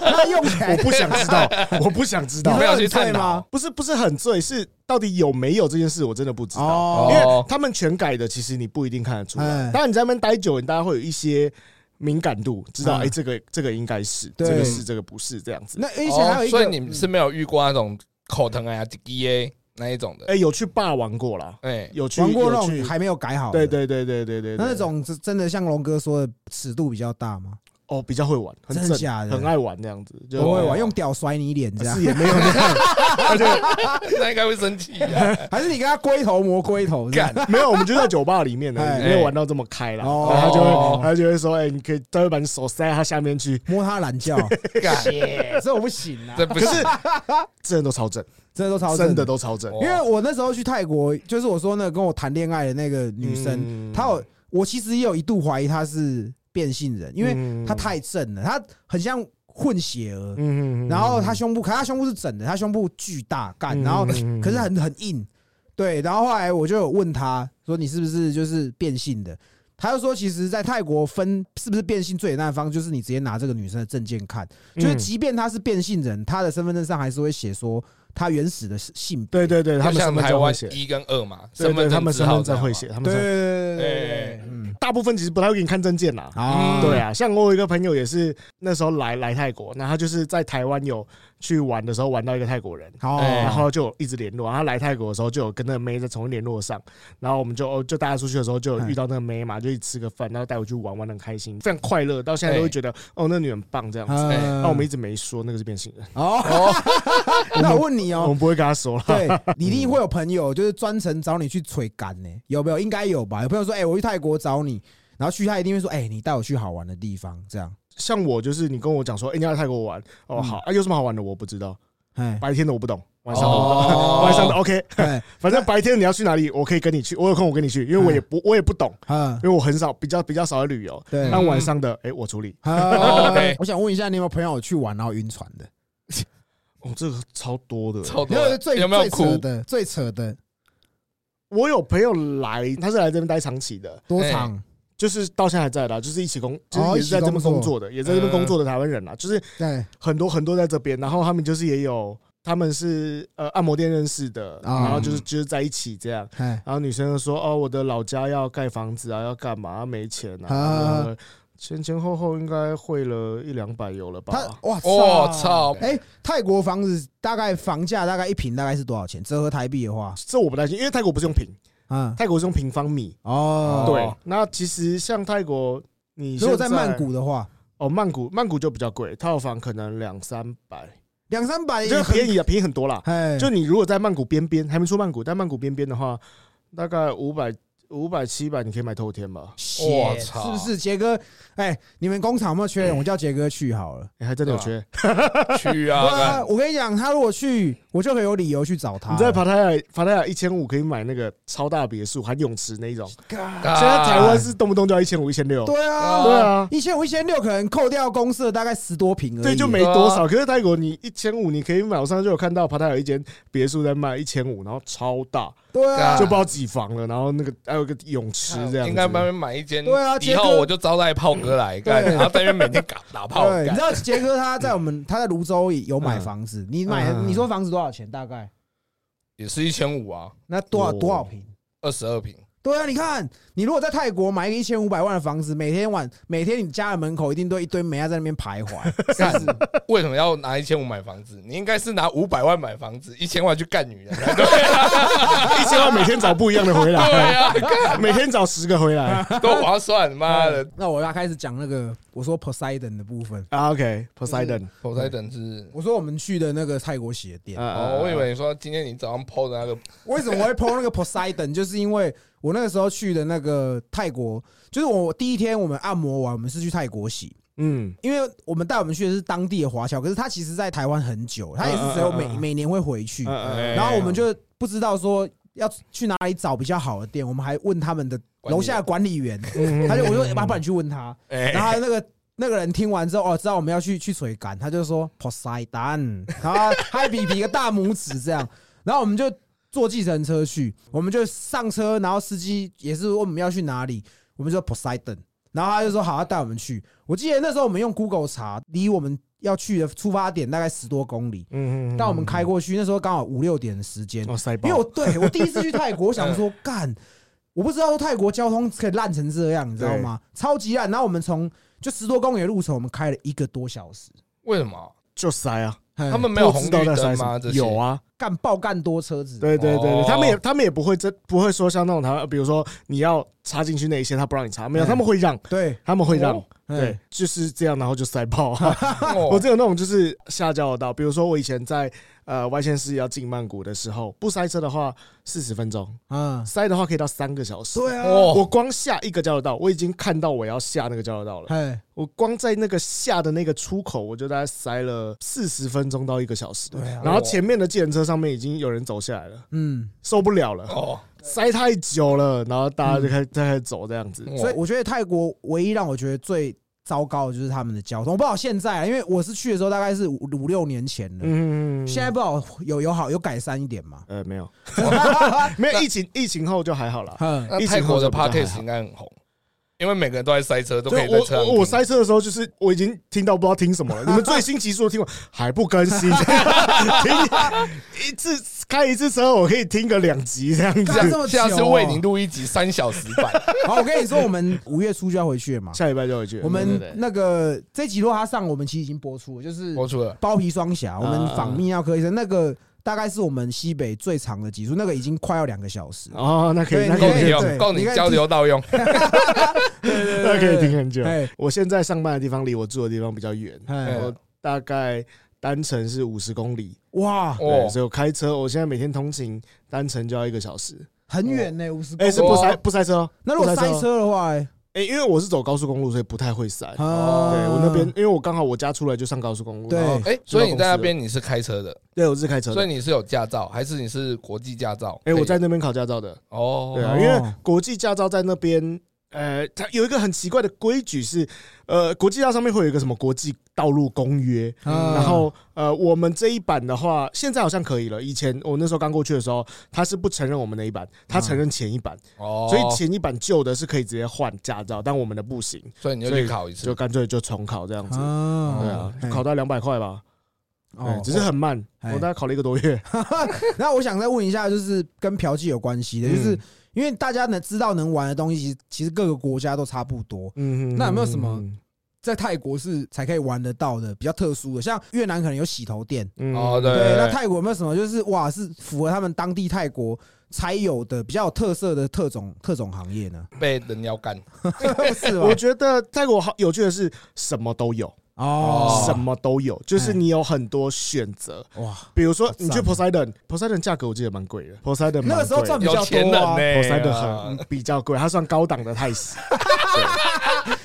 A: 那用起
B: 我
A: 来
B: 不想 知道，我不想知
A: 你
B: 道
C: 没，有
A: 会
C: 去
A: 很
C: 探
A: 醉吗
C: 讨？
B: 不是不是很醉，是到底有没有这件事，我真的不知道。
A: 哦
B: 因为
C: 哦
B: 他们全改的，其实你不一定看得出
A: 哎
B: 来。当然你在那边待久，你大家会有一些敏感度，知道
A: 嗯
B: 哎、这个这个应该是，
A: 对
B: 这个是，这个不是这样子。
A: 那而且还
B: 哦
A: 有一个，
C: 哦所以你们是没有遇过那种口疼啊、D A 那一种的，
B: 哎、有去霸玩过啦，
C: 哎，
B: 有去
A: 玩过那
B: 有
A: 种
B: 去，
A: 还没有改好的，
B: 对对对对对对，对
A: 那那种是真的像龙哥说的尺度比较大吗？
B: 哦比较会玩，很
A: 真的
B: 正
A: 假的
B: 很爱玩这样子，就哦
A: 不会玩，用屌甩你脸这样
B: 是，也没有那样， 而且
C: 那应该会生气啊！
A: 还是你跟他龟头磨龟头这样？
C: 干，
B: 没有，我们就在酒吧里面
A: 哎
B: 呢，没有玩到这么开啦。
A: 哦
B: 然后他就
C: 哦
B: 会他就会说，哎，你可以，他会把你手塞在他下面去，
A: 摸他懒 觉，
C: 干，
A: 这我不行啊，
C: 这不
B: 可
C: 是
B: 是真的都超正，
A: 真的都超
B: 真
A: 的
B: 的。都超正
C: 哦。
A: 因为我那时候去泰国，就是我说那个跟我谈恋爱的那个女生，
B: 嗯
A: 她有我其实也有一度怀疑她是变性人，因为她太正了，她很像混血儿。
B: 嗯
A: 然后她胸部，可她胸部是整的，她胸部巨大干，
B: 嗯
A: 然后
B: 嗯
A: 可是很很硬，对。然后后来我就有问她说你是不是就是变性的？她就说其实，在泰国分是不是变性最简单的方式就是你直接拿这个女生的证件看，就是即便她是变性人，她的身份证上还是会写说他原始的性别。
B: 对对对，他
C: 就
B: 们身
C: 像
B: 份
C: 台
B: 证会
C: 湾
B: 写，
C: 一跟二嘛，
B: 对
C: 身
B: 对，
C: 份证
B: 他们身份
C: 字
B: 证
C: 号
B: 会
C: 这
B: 写，
C: 样嘛。
B: 他们
A: 对
B: 身份
A: 对对对
C: 哎
A: 对，嗯
B: 大部分其实不太会给你看证件啦。
A: 啊，
B: 对啊，像我有一个朋友也是那时候来来泰国，那他就是在台湾有去玩的时候玩到一个泰国人，
A: 好，
C: 哎
B: 然后就有一直联络。然后他来泰国的时候就有跟那个妹在重新联络上，然后我们就哦就大家出去的时候就有遇到那个妹嘛，就一起吃个饭，然后带我去玩玩的很开心，非常快乐。到现在都会觉得哦那女人棒这样
A: 啊
B: 子。
C: 哎
B: 那我们一直没说那个是变性人，
A: 哦，那我问你
B: 我
A: 哦，
B: 们不会跟他说 了。
A: 对你一定会有朋友就是专程找你去吹干呢，有没有？应该有吧？有朋友说，哎，我去泰国找你，然后去他一定会说，哎，你带我去好玩的地方，这样，
B: 像我就是你跟我讲说，哎你要来泰国玩哦
A: 嗯
B: 好，啊有什么好玩的我不知道，
A: 哎，
B: 白天的我不懂，晚上的我不懂。
C: 哦，
B: 晚上的 OK，
A: 哎，
B: 反正白天你要去哪里，我可以跟你去，我有空我跟你去，因为我也不我也不懂，
A: 嗯，
B: 因为我很少比较比较少的旅游。
A: 对。
B: 但晚上的，哎，我处理。
A: 啊
C: OK
A: 我想问一下，你有没有朋友去玩然后晕船的？
B: 哦，这个超多的。
C: 超
A: 没
C: 多
A: 有
C: 的
A: 最
C: 有没有
A: 最扯
C: 哭？
A: 的？最扯的
B: 我有朋友来，他是来这边待长期的，
A: 多长？
B: 就是到现在还在的啊，就是一起工，就
A: 哦
B: 是
A: 一
B: 也是
A: 起
B: 在这边
A: 工
B: 工
A: 作
B: 作的，也在这边工作的台湾人啦，就是
A: 对，
B: 很多很多在这边，然后他们就是也有，他们是呃按摩店认识的，
A: 啊
B: 然后就是就是在一起这样。
A: 哎，
B: 然后女生就说：“哦，我的老家要盖房子啊，要干嘛？啊没钱啊。
A: 啊
B: 然后前前后后应该汇了一两百有了
A: 他
B: 吧？
A: 哇
C: 我操！
A: 哎，泰国房子大概房价大概一平大概是多少钱？折合台币的话，
B: 这我不担心，因为泰国不是用平，
A: 嗯，
B: 泰国是用平方米。
A: 哦，
B: 对，那其实像泰国，你
A: 如果
B: 现
A: 在曼谷的话，
B: 哦，曼谷曼谷就比较贵，套房可能两三百，
A: 两三百
B: 就是
A: 很
B: 便宜啊，便宜很多啦。
A: 哎，
B: 就你如果在曼谷边边，还没出曼谷，但曼谷边边的话，大概五百五百七百，你可以买透天吧？
A: 血
C: 我操
A: 是不是杰哥？哎，你们工厂有没有缺
B: 嗯
A: 人？我叫杰哥去好了。
B: 哎你还真的有缺？
C: 去
A: 对啊，
C: 啊！
A: 我跟你讲，他如果去，我就可以有理由去找他。
B: 你在帕塔亚帕塔亚一千五可以买那个超大别墅，含泳池那一种。
A: 干
C: 干
B: 现在台湾是动不动就要一千五、一千六。
A: 对啊，
B: 对啊，
A: 一千五、一千六，可能扣掉公司的大概十多平而已。
B: 对，就没
C: 对啊
B: 多少。可是泰国你一千五，你可以买。我上次就有看到，帕塔有一间别墅在卖一千五，然后超大，
A: 对啊
C: 干，
B: 就不知道几房了。然后那个还有个泳池这样子，
C: 啊应该慢慢买一间，
A: 对啊
C: 以
A: 杰哥
C: 后我就招待炮哥来干，
A: 对
C: 然后在那边每天打打炮
A: 对，你
C: 干
A: 知。道杰哥他在我们他在泸州有买房子，你买
B: 嗯
A: 你说房子多少钱？大概
C: 也是一千五啊，
A: 那多少
B: 哦
A: 多少平？
C: 二十二平。
A: 对啊，你看，你如果在泰国买一个一千五百万的房子，每天晚每天你家的门口一定都一堆美亚在那边徘徊，
C: 干，为什么要拿一千五买房子？你应该是拿五百万买房子，一千万去干女 人。啊
B: 一千万每天找不一样的回
C: 对啊
B: 来，
C: 呀、
B: 每天找十个回 来。
C: 啊，多划算！妈的，
B: 哎
A: 那我要开始讲那个我说 Poseidon 的部分。
B: 啊，OK，Poseidon，啊
C: 我在等是。
A: 我说我们去的那个泰国鞋店，
C: 哦，我以为你说今天你早上 PO 的那个
A: 为什么我会 PO 那个 Poseidon，就是 因为我那个时候去的那个泰国，就是我第一天我们按摩完，我们是去泰国洗，
B: 嗯，
A: 因为我们带我们去的是当地的华侨，可是他其实在台湾很久，他也是只有每
B: 嗯嗯嗯嗯
A: 每年会回去，
B: 嗯嗯
C: 哎
A: 然后我们就不知道说要去哪里找比较好的店，我们还问他们的楼下的管理员，
B: 嗯
A: 他就我说要不然你去问他，
C: 哎
A: 然后他那个。那个人听完之后，哦，知道我们要去去水干，他就说 Poseidon，然后他还比比个大拇指这样，然后我们就坐计程车去，我们就上车，然后司机也是问我们要去哪里，我们就说 Poseidon，然后他就说好，他带我们去。我记得那时候我们用 Google 查，离我们要去的出发点大概十多公里，
B: 嗯
A: 但我们开过去那时候刚好五六点的时间，
B: 哦塞爆
A: 因为我对我第一次去泰国，我想说干，我不知道泰国交通可以烂成这样，你知道吗？超级烂。然后我们从就十多公里的路程，我们开了一个多小时，
C: 为什么
B: 就塞啊，
A: 他
C: 他们没有
B: 不
C: 红
B: 知
C: 绿
B: 道在塞
C: 灯
B: 什
C: 吗？
B: 么
C: 这些
B: 有，啊，
A: 干爆干多车子，
B: 对对对对
C: 哦
B: 他们也他们也不会真不会说像那种台湾，比如说你要插进去那一些，他不让你插，没有，
A: 嗯
B: 他们会让，
A: 对
B: 他们会让，
C: 哦
B: 对
A: 嗯，
B: 就是这样，然后就塞爆、啊。
C: 哦
B: 我只有那种就是下交流道，比如说我以前在呃外县市要进曼谷的时候，不塞车的话四十分钟，
A: 嗯，
B: 塞的话可以到三个小时。
A: 对啊，
C: 哦
B: 我光下一个交流道，我已经看到我要下那个交流道 了。
A: 哎，
B: 我光在那个下的那个出口，我就大概塞了四十分钟到一个小时。
A: 对啊
B: 然后前面的计程车上面已经有人走下来了，
A: 嗯，
B: 受不了了，
C: 哦，
B: 塞太久了，然后大家就开始开始走这样子。
C: 哦
A: 所以我觉得泰国唯一让我觉得最糟糕的就是他们的交通，我不知道现在啊，因为我是去的时候大概是五五六年前了，
B: 嗯，，
A: 现在不知道有有好有改善一点嘛
B: 呃 没有没有疫情疫情后就还好了。
A: 嗯
C: 那
B: 疫情
C: 泰国
B: 后
C: 的
B: 就比较还
C: podcast
B: 好
C: 应该很红，因为每个人都在塞车，都可以在
B: 我
C: 车上
B: 我我
C: 听
B: 塞车的时候，就是我已经听到不知道听 什么了。你们最新集数都听完还不更新， 听一次开一次车，我可以听个两集这样 啊
A: 干这
B: 子。
A: 么久
C: 下次
A: 哦
C: 为你录一集三小时 版，
A: 好，我跟你说，我们五月初就要回去了嘛。
B: 下礼拜就回去了。
A: 我
C: 对
A: 们
C: 对对
A: 那个这集如果它上，我们其实已经播出了，就是
C: 播出了。
A: 包皮双侠，我们
B: 啊
A: 访泌尿科医生那个大概是我们西北最长的集数，那个已经快要两个小时。
B: 哦，那可以，
A: 对
B: 那可
C: 够
B: 以
C: 你
A: 对
C: 用，够你交流到用。
B: 那可以听啊很久。
A: 哎
B: 我现在上班的地方离我住的地方比较远，
A: 哎
C: 嗯
B: 我大概单程是五十公里，
A: 哇，
B: 对，
C: 哦，
B: 所以我开车，我现在每天通勤单程就要一个小时。
A: 很远呢，五十公
B: 哎，
A: 里
B: 是。不塞不塞车哦？
A: 哦那如果
B: 不
A: 塞
B: 哦？
A: 车的话，哎
B: 哎，因为我是走高速公路，所以不太会塞。
A: 啊
B: 哦对我那边，因为我刚好我家出来就上高速公路，
A: 对
B: 然后
C: 哎，所以你在那边你是开车的，
B: 对我是开车
C: 所
B: 的
C: 以。你是有驾照，还是你是国际驾照？
B: 哎，我在那边考驾照的，
C: 哦
B: 对，啊，
A: 哦
B: 因为国际驾照在那边，呃，它有一个很奇怪的规矩是，呃，国际驾照上面会有一个什么国际道路公约，
A: 嗯
B: 然后呃，我们这一版的话，现在好像可以了。以前我那时候刚过去的时候，他是不承认我们那一版，他
A: 啊
B: 承认前一版，
C: 哦，
B: 所以前一版旧的是可以直接换驾照，但我们的不行，
C: 所以你就去考一次
B: 就。干脆就重考这样子。对
A: 啊
B: 啊，考到两百块吧，
A: 哦
B: 对，只是很慢，我
A: 哎
B: 大概考了一个多月。
A: 那我想再问一下，就是跟嫖妓有关系的，就是
B: 嗯
A: 因为大家能知道能玩的东西，其实其实各个国家都差不多。
B: 嗯，
A: 那有没有什么在泰国是才可以玩得到的，比较特殊的，像越南可能有洗头店，
B: 嗯？
C: 哦，对
A: 对，那
C: 对，
A: 泰国有没有什么就是哇，是符合他们当地泰国才有的比较有特色的特种特种行业 呢？
C: 对被人妖干。
A: 不是吧
B: 我？觉得泰国好有趣的是，什么都有，
A: 哦，
B: 什么都有，就是你有很多选择。
A: 哇？
B: 比如说，
A: 赞
B: 你去 Poseidon，Poseidon 价格我记得蛮贵的，Poseidon 蛮贵
A: 那个时候赚比较
C: 有钱
A: 多啊。
C: 人呢、
B: Poseidon
C: 啊
B: 很嗯比较贵，它算高档的泰式。
A: 哎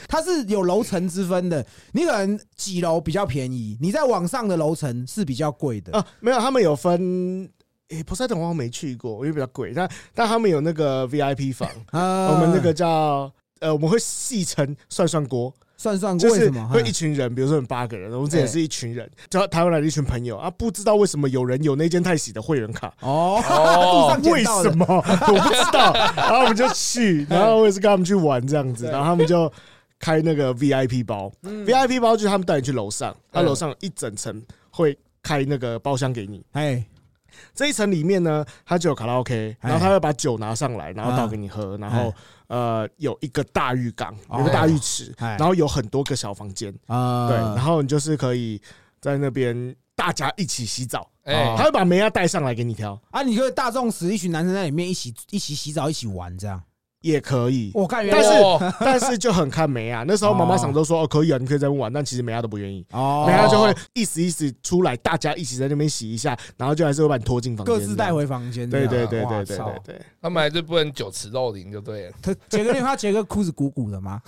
A: 它是有楼层之分的，你可能几楼比较便宜，你在往上的楼层是比较贵的。
B: 啊，没有，他们有分。诶、p o s e i d o n 我好像没去过，因为比较贵。但但他们有那个 VIP 房，
A: 啊
B: 我们那个叫呃，我们会戏称涮涮锅，
A: 算算
B: 就
A: 为
B: 是
A: 什么？嗯
B: 会一群人，比如说我们八个人，我们之前是一群人，就台湾来的一群朋友
A: 哎
B: 啊，不知道为什么有人有那间泰喜的会员卡，
A: 哦， 路
C: 哦
A: 上
B: 为
A: 捡到
B: 什
A: 的
B: 么我不知道，然后我们就去，然后我也是跟他们去玩这样子，然后他们就开那个 VIP 包，VIP
A: 嗯
B: 包就是他们带你去楼上，他楼上有一整层会开那个包厢给你，
A: 哎，
B: 这一层里面呢，他就有卡拉 OK，
A: 哎
B: 然后他会把酒拿上来，然后倒给你喝，然后呃有一个大浴缸，
A: 哦
B: 有个大浴池，
A: 哎
B: 然后有很多个小房间，
A: 啊，
B: 对，然后你就是可以在那边大家一起洗澡，哦
C: 哎
B: 他会把梅亚带上来给你挑，
A: 啊，你可以大众时一群男生在里面一起一起洗澡，一起玩这样。
B: 也 可以。
A: 我看原
B: 但
A: 来
B: 是
C: 哦
B: 但是就很看梅亚，那时候妈妈
A: 哦
B: 想都说哦可以啊，你可以在那边玩，但其实梅亚都不愿意，梅
A: 哦，
B: 亚就会意思意思出来，大家一起在那边洗一下，然后就还是会把你拖进房间，
A: 各自带。回房间这
B: 对
A: 样。
B: 对对
A: 哇
B: 对对
A: 操
B: 对对，
C: 他们还是不能酒池肉林就对了。
A: 他杰哥，你有看他杰哥裤子鼓鼓的吗？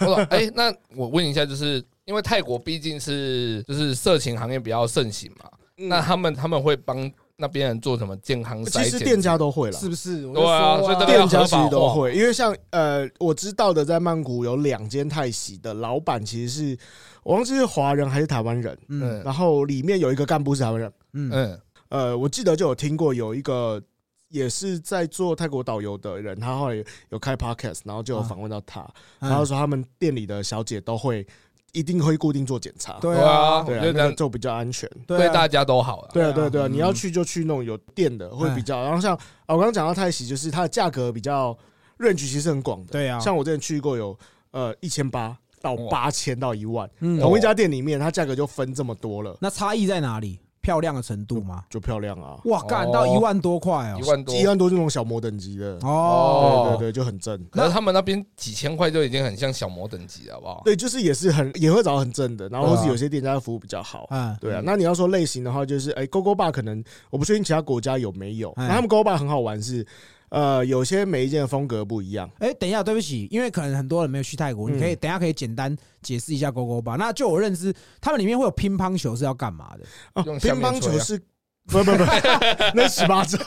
C: 我说，哎、那我问一下，就是因为泰国毕竟是就是色情行业比较盛行嘛，那他们他们会帮那边人做什么健康
B: 嗯其
C: 筛
B: 实
C: 检？
B: 店家都会了，
A: 是不是？我就
C: 对啊
A: 说
C: 所以 这个
B: 店家其实都会，因为像呃，我知道的，在曼谷有两间泰喜的老板，其实是我忘记是华人还是台湾人，
A: 嗯
B: 然后里面有一个干部是台湾人，
A: 嗯
C: 嗯，
B: 呃，我记得就有听过有一个也是在做泰国导游的人，他后来有开 podcast，然后就有访问到
C: 啊
B: 他，然后
A: 嗯，
B: 说他们店里的小姐都会一定会固定做检查，
A: 对
C: 对啊，
A: 啊，
C: 我
B: 对啊，
C: 觉得这
B: 那个
C: 样
B: 就比较安全。
A: 啊
C: 对大家都好了。
B: 对啊，
A: 对
B: 对
A: 啊
B: 啊对啊，
A: 嗯哎
B: 你要去就去那种有电的会比较。然后像啊，我刚刚讲到泰喜，就是它的价格比较 range 其实很广的。
A: 对啊
B: 像我之前去过有呃一千八到八千到一万，
A: 嗯
B: 同一家店里面它价格就分这么多了，
A: 那差异在哪里？漂亮的程度吗？
B: 就漂亮啊，
A: 哇，干
C: 哦
A: 到一万多块
C: 一
A: 哦！
C: 万多
B: 一，万多就那种小模等级的，对
A: 哦
B: 对，对，就很正。
C: 可是他们那边几千块就已经很像小模等级了，好不好？
B: 对，就是也是很也会找很正的，然后
A: 对啊
B: 或是有些店家的服务比较好。
A: 嗯，
B: 对啊，那你要说类型的话，就是哎，Go Go Bar 可能我不确定其他国家有没有，
A: 哎
B: 那他们 Go Go Bar 很好玩是，呃，有些每一件的风格不一样。
A: 哎，等一下，对不起，因为可能很多人没有去泰国，
B: 嗯
A: 你可以等一下可以简单解释一下勾勾吧。那就我认知，他们里面会有乒乓球是要干嘛的？
B: 哦
C: 用下
B: 乒
C: 面
B: 乓
C: 吹
B: 球
C: 啊
B: 是。不不不， 那十八招，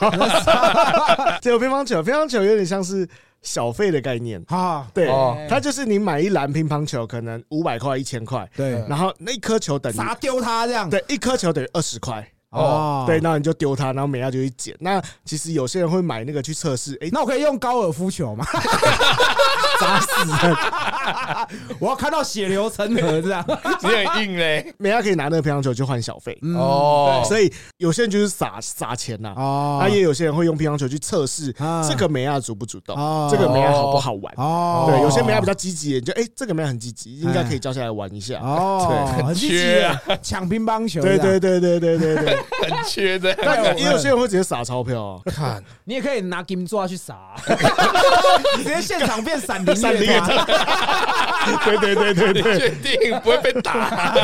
B: 只有乒乓球。乒乓球有点像是小费的概念，
A: 哈，
B: 对
C: 哦，
B: 它就是你买一篮乒乓球，可能五百块、一千块，
C: 嗯
A: 对，
B: 然后那一颗球等于
A: 砸丢他这样。
B: 对一颗球等于二十块，
A: 哦，
B: 对，，那你就丢它，然后美亚就去捡。那其实有些人会买那个去测试，哎，
A: 那我可以用高尔夫球吗？
B: 砸死人！
A: 我要看到血流成河这样。
C: 你很硬嘞。
B: 美亚可以拿那个乒乓球去换小费，
A: 嗯
C: 哦，
B: 所以有些人就是撒撒钱呐、啊
A: 哦，
B: 那也有些人会用乒乓球去测试
A: 啊
B: 这个美亚主不主动，
A: 哦
B: 这个美亚好不好玩。
A: 哦，
B: 对，有些美亚比较积极，你就哎、这个美亚很积极，应该可以叫下来玩一下。
A: 哦，
B: 对
A: 很积极
C: 缺啊
A: 耶，抢乒乓球。
B: 对对，对对对对对，
C: 很缺这样。
B: 但也有些人会直接撒钞票、 哦，
C: 看，
A: 你也可以拿金抓去撒啊， 你直接现场变闪灵
B: 闪灵
A: 乐团。
B: 对对对对
C: 你
B: 对，
C: 确定不会被 打？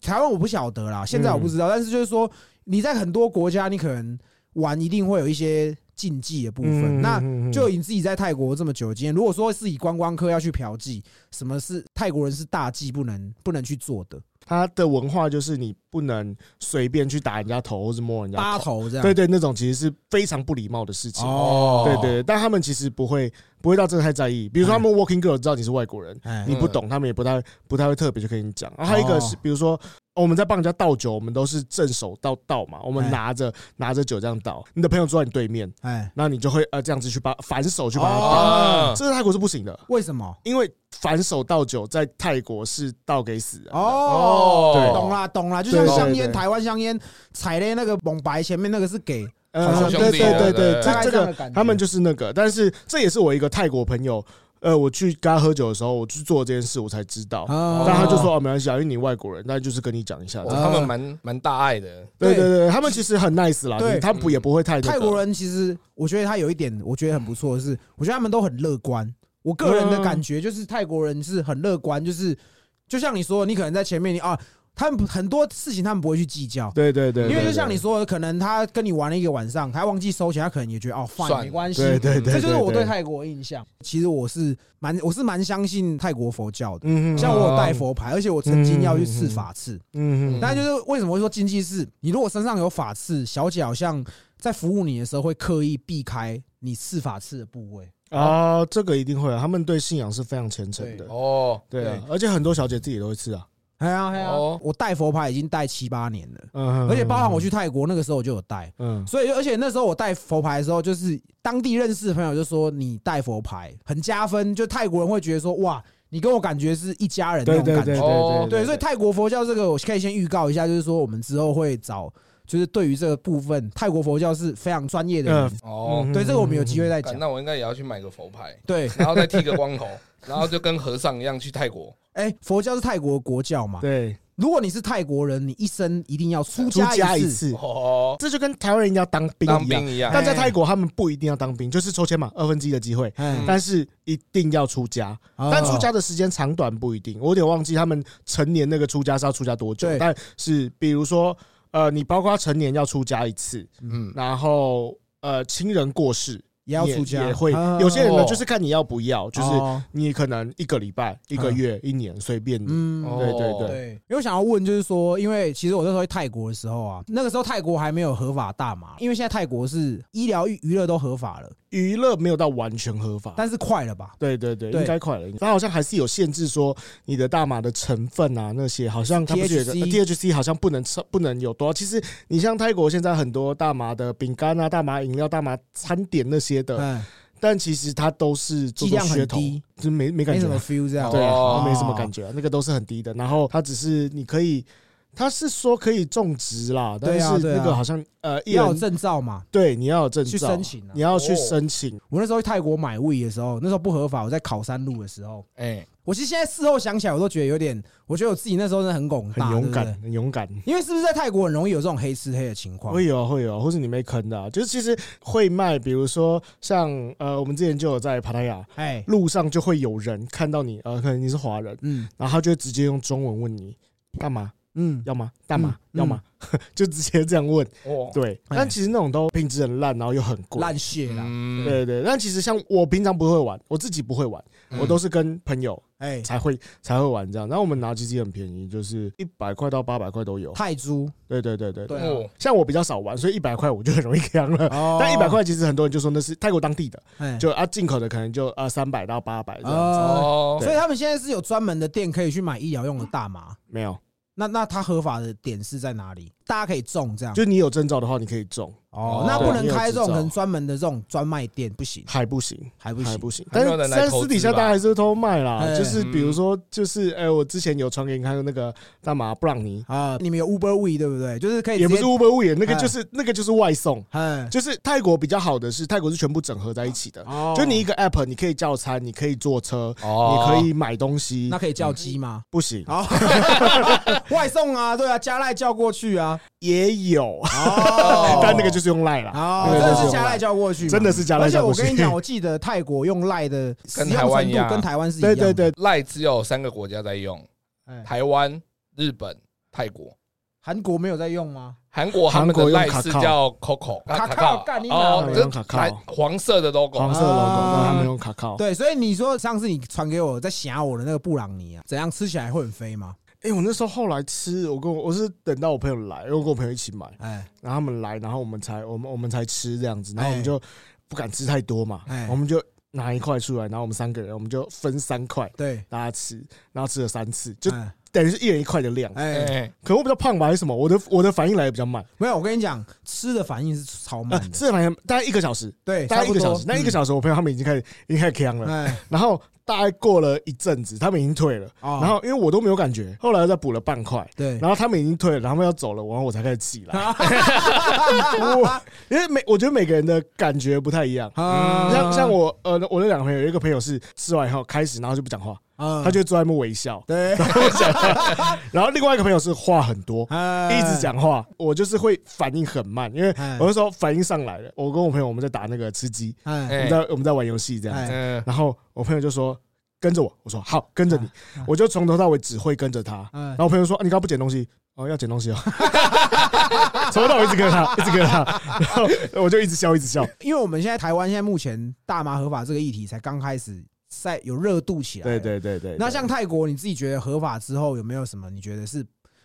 A: 台湾我不晓得啦，现在我
B: 嗯
A: 不知道，但是就是说你在很多国家，你可能玩一定会有一些禁忌的部分。
B: 嗯
A: 那
B: 嗯嗯
A: 就你自己在泰国这么久的经验，如果说是以观光客要去嫖妓，什么是泰国人是大忌不能不能去做的，
B: 他的文化就是你不能随便去打人家头或是摸人家
A: 八
B: 头，
A: 头这样。
B: 对对，那种其实是非常不礼貌的事情。
A: 哦，
B: 对对，对但他们其实不会不会到这个太在意。比如说，他们 working girl 知道你是外国人，
A: 哎
B: 你不懂，他们也不太不太会特别去跟你讲。然后还有一个是，比如说哦我们在帮人家倒酒，我们都是正手倒倒嘛，我
A: 哎
B: 们拿着拿着酒这样倒，你的朋友坐在你对面，
A: 哎，
B: 那你就会呃这样子去把反手去把他倒，
A: 哦
C: 哦，
B: 这在泰国是不行的，
A: 为什么？
B: 因为反手倒酒在泰国是倒给死人。
A: 哦，
C: 对
A: 懂啦懂啦，就像
B: 对对
A: 香烟，
B: 对
A: 台湾香烟踩在那个蒙白前面那个是给
B: 呃，
A: 兄
B: 对
C: 弟
B: 对对
C: 对
B: 对，
C: 对
A: 大
B: 这
A: 概
B: 这
A: 这样
B: 个
A: 的感觉
B: 他们就是那个，但是这也是我一个泰国朋友，呃，我去跟他喝酒的时候，我去做这件事，我才知道。
A: 啊
B: 但他就说哦，没关系啊，因为你外国人，那就是跟你讲一下
C: 哦
B: 这样。
C: 他们蛮蛮大爱的，
B: 对
A: 对
B: 对对，他们其实很 nice 啦，
A: 对
B: 你他不也不会太那个
A: 泰国人其实，我觉得他有一点，我觉得很不错的是，我觉得他们都很乐观。我个人的感觉就是，泰国人是很乐观，就是就像你说，你可能在前面你啊，他们很多事情他们不会去计较。
B: 对对对，对
A: 因为就像你，说的，可能他跟你玩了一个晚上，他忘记收钱，他可能也觉得哦
C: 算
A: ，fine，
C: 了
A: 没关系。
B: 对对对，
A: 这就是我对
B: 泰，
A: 泰国的印象。其实我是蛮，我是蛮相信泰国佛教的。
B: 嗯
A: 像我有带佛牌，而且我曾经要去刺法刺，
B: 嗯
A: 但就是为什么会说禁忌是，你如果身上有法刺，小姐好像在服务你的时候会刻意避开你刺法刺的部位。
B: 啊，这个一定会啊，他们对信仰是非常虔诚的，
C: 哦，
B: 对啊，而且很多小姐自己都会吃啊，
A: 哎呀哎呀
C: 哦，
A: 我戴佛牌已经戴七八年了，
B: 嗯，
A: 而且包含我去泰国那个时候我就有戴，
B: 嗯，
A: 所以而且那时候我戴佛牌的时候，就是当地认识的朋友就说你戴佛牌很加分，就泰国人会觉得说哇，你跟我感觉是一家人那
B: 对
A: 种
B: 对
A: 感
B: 对
A: 觉。
B: 对
A: 对，所以泰国佛教这个我可以先预告一下，就是说我们之后会找，就是对于这个部分泰国佛教是非常专业的人
B: 嗯
C: 哦，
A: 对，这个我们有机会再讲
C: 干。那我应该也要去买个佛牌，
A: 对，
C: 然后再剃个 光头，然后就跟和尚一样去泰国。
A: 哎，佛教是泰国的国教嘛？
B: 对
A: 如果你是泰国人，你一生一定要出
B: 出家
A: 一
B: 一
A: 次。
B: 次，
C: 哦，
B: 这就跟台湾人要当兵嗯
C: 当
B: 一样。
C: 兵一样，
B: 但在泰国，他们不一定要当兵，就是抽签嘛，二分之一的机会，
A: 哎，
B: 但是一定要出家。但出家的时间长短不一定，我有点忘记他们成年那个出家是要出家多久
A: 对，
B: 但是比如说，呃，你包括成年要出家一次，
C: 嗯，
B: 然后呃，亲人过世
A: 也要出家，
B: 也会
A: 啊，
B: 有些人呢
C: 哦
B: 就是看你要不要，就是
A: 哦
B: 你可能一个礼拜、一个月、一年随便你。
A: 嗯，
C: 哦
B: 对对对，
A: 对，因为我想要问，就是说，因为其实我那时候去泰国的时候啊，那个时候泰国还没有合法大麻，因为现在泰国是医疗娱娱乐都合法了，
B: 娱乐没有到完全合法，
A: 但是快了吧？
B: 对对对，
A: 对
B: 应该快了。它好像还是有限制，说你的大麻的成分啊那些，好像它不是有个
A: THC
B: DHC 好像不能超不能有多少。其实你像泰国现在很多大麻的饼干啊、大麻饮料、大麻餐点那些的，
A: 嗯，
B: 但其实它都是做
A: 剂
B: 做
A: 量很
B: 噱头
A: 低，
B: 就没没感
A: 没
B: 觉
A: 什么。feel 这样。
B: 对
C: 哦
B: 啊，没什么感觉啊，那个都是很低的。然后它只是你可以，它是说可以种植啦，但
A: 对啊
B: 是
A: 对啊
B: 那个好像呃，一
A: 要有
B: 人
A: 证照嘛？
B: 对你要有证
A: 去
B: 照
A: 申请啊
B: 你要去
C: 哦
B: 申请。
A: 我那时候去泰国买 w 的时候，那时候不合法，我在考山路的时候，
C: 哎，
A: 我其实现在事后想起来，我都觉得有点，我觉得我自己那时候真的很拱大，
B: 很勇
A: 对
B: 敢
A: 不，对
B: 很勇敢。
A: 因为是不是在泰国很容易有这种黑吃黑的情况？
B: 会有啊会有啊，或是你没坑的啊、就是其实会卖，比如说像呃，我们之前就有在帕塔亚
A: 哎，
B: 路上就会有人看到你，呃，可能你是华人，
A: 嗯
B: 然后他就会直接用中文问你干嘛，
A: 嗯，
B: 要吗？大麻，
A: 嗯
B: 要吗？ 就直接这样问。
C: 哦，
B: 对，
A: 哎
B: 但其实那种都品质很烂，然后又很贵。
A: 烂血啦，
C: 嗯，
B: 对对，但其实像我平常不会玩，我自己不会玩，
C: 嗯
B: 我都是跟朋友
A: 哎，
B: 才会才会玩这样。然后我们拿其实也很便宜，就是一百块到八百块都有。
A: 泰铢，
B: 对对对对对
A: 对啊
C: 哦
B: 像我比较少玩，所以一百块我就很容易扛了。
A: 哦
B: 但一百，块其实很多人就说那是泰国当地的，
A: 哎，
B: 就啊进口的可能就啊三百到八百这样子，
A: 哦
C: 哦，
A: 所以他们现在是有专门的店可以去买医疗用的大麻。
B: 没有
A: 那那它合法的点是在哪里？大家可以种这样
B: 就你有证照的话，你可以种，
A: 哦
C: 哦，
A: 那不能
B: 对
A: 开这种
B: 你有执照
A: 很专门的这种专卖店，不行，
B: 还不行，
A: 还不行
B: 还。不行。
C: 还
B: 但
C: 没有
B: 是
C: 人来
B: 但
C: 投资
B: 私底下
C: 吧
B: 大家还是会偷卖啦，
A: 哎
B: 就是比如
C: 嗯
B: 说，就是哎，我之前有传给你看的那个大马布朗尼，
A: 啊，你们有 Uber We 对不对？就是可以
B: 也不
A: 直
B: 是
A: 接
B: Uber Eats，那个
A: 哎
B: 就是那个就是外送。
A: 嗯，
B: 就是泰国比较好的是，泰国是全部整合在一起的。
A: 哦
B: 就你一个 app，你可以叫餐，你可以坐车，你
C: 哦，
B: 可以买东西
A: 那，可以叫鸡吗？
B: 不行
A: 哦，外送啊，对啊，加赖叫过去啊，
B: 也有，
A: 哦
B: 但那个就是用赖啦，
A: 哦，
B: 那
A: 真
B: 个
A: 的
B: 就是是
A: 加赖叫过去嘛，
B: 啊真的是加赖
A: 而且
B: 叫
A: 我
B: 过去
A: 跟你讲，我记得泰国用赖的使
C: 跟
A: 用
C: 台湾
A: 程
C: 一样
A: 度跟台湾是一样
B: 啊对
A: 的，
B: 对对，
C: 赖只有三个国家在用
A: 哎，
C: 台湾、日本、泰国。
A: 韩国没有在用吗？
C: 韩国他
B: 韩
C: 们
B: 国
C: 的
B: 用
C: 赖
B: 卡
C: 是
B: 靠
C: 叫 Coco，啊
A: 卡靠干你娘
C: 哦，
B: 对
C: 这
B: 用卡靠
C: 蓝黄色的 logo，
B: 黄色的 logo，
A: 啊
B: 但他们用卡靠。
A: 对，所以你说上次你传给我在想我的那个布朗尼啊，怎样吃起来会很飞吗？
B: 哎、我那时候后来吃，我跟我我是等到我朋友来，因为我跟我朋友一起买，
A: 哎，
B: 然后他们来，然后我们才我们我们才吃这样子，然后
A: 哎
B: 我们就不敢吃太多嘛，
A: 哎
B: 我们就拿一块出来，然后我们三个人我们就分三块
A: 对，
B: 大家吃，然后吃了三次，就
A: 哎
B: 等于是一人一块的量。
A: 哎，
C: 哎，
B: 可能我比较胖吧还是什么，我的我的反应来的比较慢，
A: 没有，我跟你讲，吃的反应是超慢
B: 呃，
A: 的，
B: 吃的反哎应大概一个小时，
A: 对，
B: 大概一个小时，那
A: 那
B: 一个小时我朋友他们已经开始已经开始呛了，
A: 哎，
B: 然后大概过了一阵子，他们已经退了，
A: 哦
B: 然后因为我都没有感觉，后来再补了半块。
A: 对，啊
B: 然后他们已经退了，然后他们要走了，然后我才开始起 来。
A: 我
B: 因为每我觉得每个人的感觉不太一样。
A: 嗯
B: 像像我呃，我那两个朋友，有一个朋友是吃完以后开始，然后就不讲话，
A: 我
B: 他就坐在那边微笑，
A: 嗯对，
B: 然后另外一个朋友是话很多，
A: 一
B: 一直，讲话，我就是会反应很慢，因为
A: 哎
B: 我那时候反应上来了，我跟我朋友我们在打那个吃鸡，
A: 哎
B: 我们在我们在玩游戏这样
A: 哎
B: 子，
C: 嗯，
B: 然后我朋友就说跟着我，我说好跟着你
A: 哎哎，
B: 我就从头到尾只会跟着他，
A: 哎
B: 然后我朋友说、啊你刚刚不捡东西。哦，要捡东西哦！ 从头到尾一直跟着他，一直跟着他，然后我就一直笑，一直笑。
A: 因为我们现在台湾现在目前大麻合法这个议题才刚开始在有热度起来，
B: 对。对对对。
A: 那
B: 对
A: 像泰国，你自己觉得合法之后有没有什么你觉得是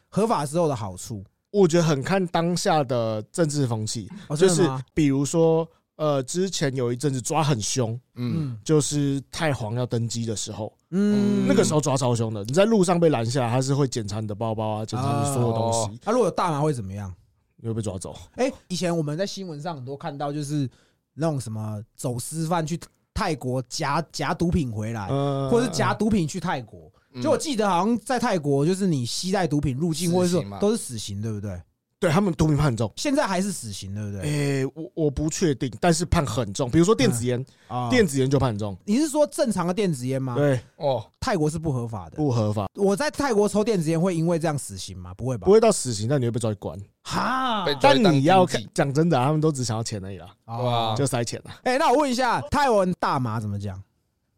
A: 合法之后的好处？
B: 我觉得很看当下的政治风气，
A: 哦
B: 就
A: 真
B: 是
A: 的吗
B: 比如说，呃，之前有一阵子抓很凶，
C: 嗯，
A: 嗯
B: 就是太皇要登基的时候，
A: 嗯，
B: 那个时候抓超凶的。你在路上被拦下来，他是会检查你的包包啊，检查你所有东西，
A: 那、如果有大麻会怎么样？
B: 你会被抓走。
A: 哎、以前我们在新闻上很多看到，就是那种什么走私犯去泰国夹夹毒品回来，
B: 嗯，
A: 哎或者是夹毒品去泰国。
C: 嗯
A: 就我记得好像在泰国，就是你吸带毒品入境
C: 死
A: 或者
C: 刑
A: 是
C: 嘛
A: 都是死刑，对不对？
B: 对他们毒品判很重。
A: 现在还是死刑，对不对？
B: 诶，我我不确定，但是判很重。比如说电子烟，
A: 啊
B: 电子烟就判很重，
A: 你是说正常的电子烟吗？
B: 对，
C: 哦，
A: 泰国是不合法的。
B: 不合法，
A: 我在泰国抽电子烟会因为这样死刑吗？不会吧
B: 不？会到死刑，但你会被抓去关。
A: 哈
C: 被，
B: 但你要
C: 对当经
B: 看
C: 济
B: 讲真的啊，他们都只想要钱而已啦，
A: 哦
C: 哇
B: 就塞钱啦，
A: 哎、那我问一下，泰文大麻怎么讲？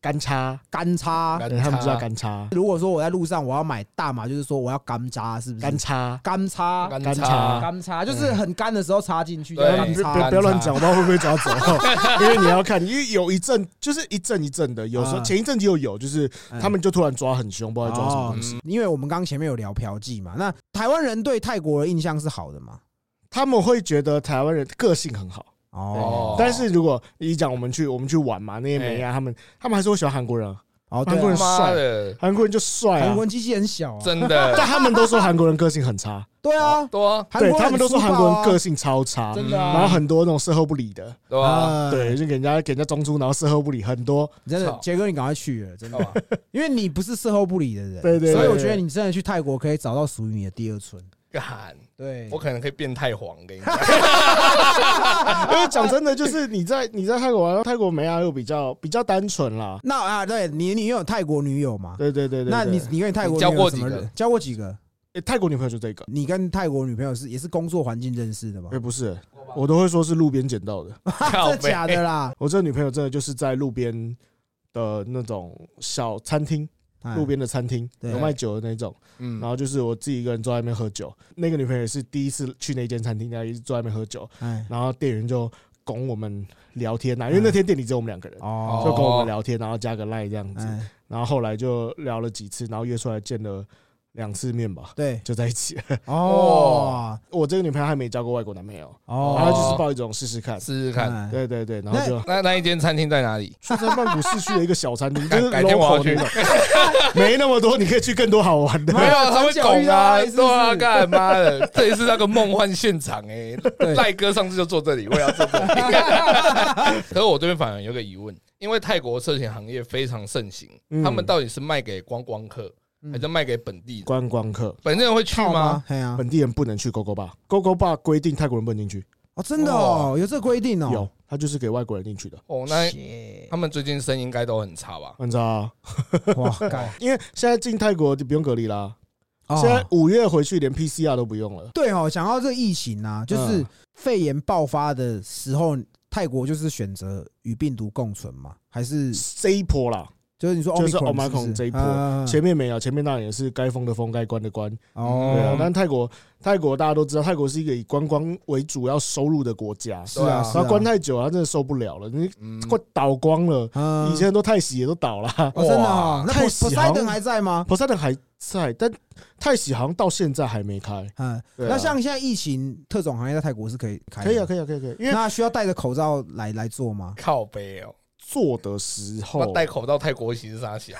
B: 干插，
A: 干插。
C: 干
B: 对他们就叫
C: 插
B: 干插，
A: 如果说我在路上我要买大麻，就是说我要干扎，是不是？
B: 干插。
A: 干插，
C: 干
B: 干
C: 插
B: 插
A: 干插，就是很干的时候插进去，
C: 对
A: 哎干
B: 不
A: 插。
B: 不不要乱讲，我不知道会不会抓走， 因为你要看，因为有一阵就是一阵一阵的，有时候
A: 啊哎
B: 前一阵就有，就是他们就突然抓很凶，不知道在抓什
A: 哦
B: 么东西。
C: 嗯
A: 因为我们刚前面有聊嫖妓嘛，那台湾人对泰国的印象是好的嘛？
B: 他们会觉得台湾人个性很好，
A: 哦，哎
B: 但是如果你讲我们去我们去玩嘛，那些美亚他们他们还是会喜欢韩国人啊，
A: 哦，
B: 韩
A: 对
B: 国人
A: 啊，
C: 妈的，
B: 韩国人就帅
A: 韩
B: 啊
A: 国，人机器很小啊，
C: 真的哦
B: 但他们都说韩国人个性很差，
A: 对啊，
C: 多嗯
A: 韩
B: 对
A: 国人
B: 他们都说
A: 很粗
B: 韩
A: 暴
B: 国人
A: 啊
B: 个性超差，
A: 真的啊，
B: 然后很多那种事后不理的，
C: 对吧？
A: 啊，
B: 对，就给人家给人家中出，然后事后不理很多，
A: 真的
C: 操，
A: 杰哥你赶快去了，真的，
C: 干嘛
A: 因为你不是事后不理的人，
B: 对对对
A: 所以我觉得你真的去泰国可以找到属于你的第二春，
C: 干，
A: 对
C: 我，可能可以变太黄，跟你讲，
B: 因为讲真的，就是你在你在泰国玩，泰国美亚又比较比较单纯啦。
A: 那啊，对你你有泰国女友吗？
B: 对对对对对，
A: 那你你跟你泰国女
C: 你交
A: 友
C: 过
A: 什
C: 几
A: 么
C: 个
A: 人？交过几个？
B: 诶泰国女朋友就这个？
A: 你跟泰国女朋友是也是工作环境认识的吗
B: 哎、？不是、我都会说是路边捡到的。
C: 靠
A: 真的
C: 背
A: 假的啦？
B: 我这女朋友真的就是在路边的那种小餐厅，
A: 哎
B: 路边的餐厅
A: 对
B: 有卖酒的那种。
C: 嗯
B: 然，后就是我自己一个人坐在那边喝酒，那个女朋友也是第一次去那间餐厅，然后一直坐在那边喝酒，
A: 哎
B: 然后店员就拱我们聊天啊呐、因为那天店里只有我们两个人。
A: 哦
B: 就跟我们聊天，然后加个赖这样子，
A: 哎
B: 然后后来就聊了几次，然后约出来见了两次面吧，
A: 对，
B: 就在一起了。
A: 哦
B: 我这个女朋友还没交过外国男朋友，然后
A: 哦，
B: 就是抱一种试试看。
C: 试试看。
A: 嗯
B: 对对对，然后就
C: 那那一间餐厅在哪里？
B: 就在曼谷市区的一个小餐厅，就
C: 改
B: 是
C: 改天我要
B: local
C: 去
B: 那种， 没那么多，你可以去更多好玩的。
C: 没有，他会
A: 转角遇
C: 拱
A: 到
C: 啊，
A: 爱是不是
C: 对啊，干妈 的，这里是那个梦幻现场哎、
A: 对
C: 赖哥上次就坐这里，我也要坐这 里。可是我这边反而有个疑问，因为泰国色情行业非常盛行，
B: 嗯
C: 他们到底是卖给观光客，
A: 嗯
C: 还是卖给本地人？
B: 观光客，
C: 本地人会去
A: 套
C: 吗？？
A: 哎呀，
B: 本地人不能去 GoGo Bar，GoGo Bar 规定泰国人不能进去，
A: 哦，真的哦，有这个规定哦。
B: 有，他就是给外国人进去的。
C: 哦，那
A: Shit
C: 他们最近生意应该都很差吧？
B: 按照，
A: 哇，干
B: 因为现在进泰国就不用隔离啦，现在
A: 哦，
B: 五月回去连 PCR 都不用了。
A: 对哦，讲到这个疫情啊，就是
B: 嗯
A: 肺炎爆发的时候，泰国就是选择与病毒共存嘛，还是
B: 这一波啦，
A: 就是你说
B: 就
A: Omicron
B: 是
A: 是不
B: Omicron
A: 是
B: 这一波
A: 啊
B: 前面没有，前面当然也是该封的封，该关的关。对啊
A: 哦，，
B: 但泰国泰国大家都知道，泰国是一个以观光为主要收入的国家，
A: 是
C: 对
A: 啊，
C: 啊
A: 是啊
B: 然后关太久了，他真的受不了了，你
C: 嗯，
B: 快倒光了。
A: 嗯
B: 以前都泰喜也都倒了，
A: 哦，真的哦
C: 哇，？
A: 那
B: 太
A: p
B: 喜
A: o s
B: 好
A: e 还在吗？
B: 普萨顿还在，但泰喜好像到现在还没开。
A: 嗯，
B: 对啊
A: 那像现在疫情，特种行业在泰国是可以开的，
B: 可以啊，可以啊，可以啊可以啊，因为
A: 哎那需要戴着口罩来来做吗
C: 靠背哦，
B: 做的时
C: 那
B: 候
C: 戴口罩泰国其实啥小？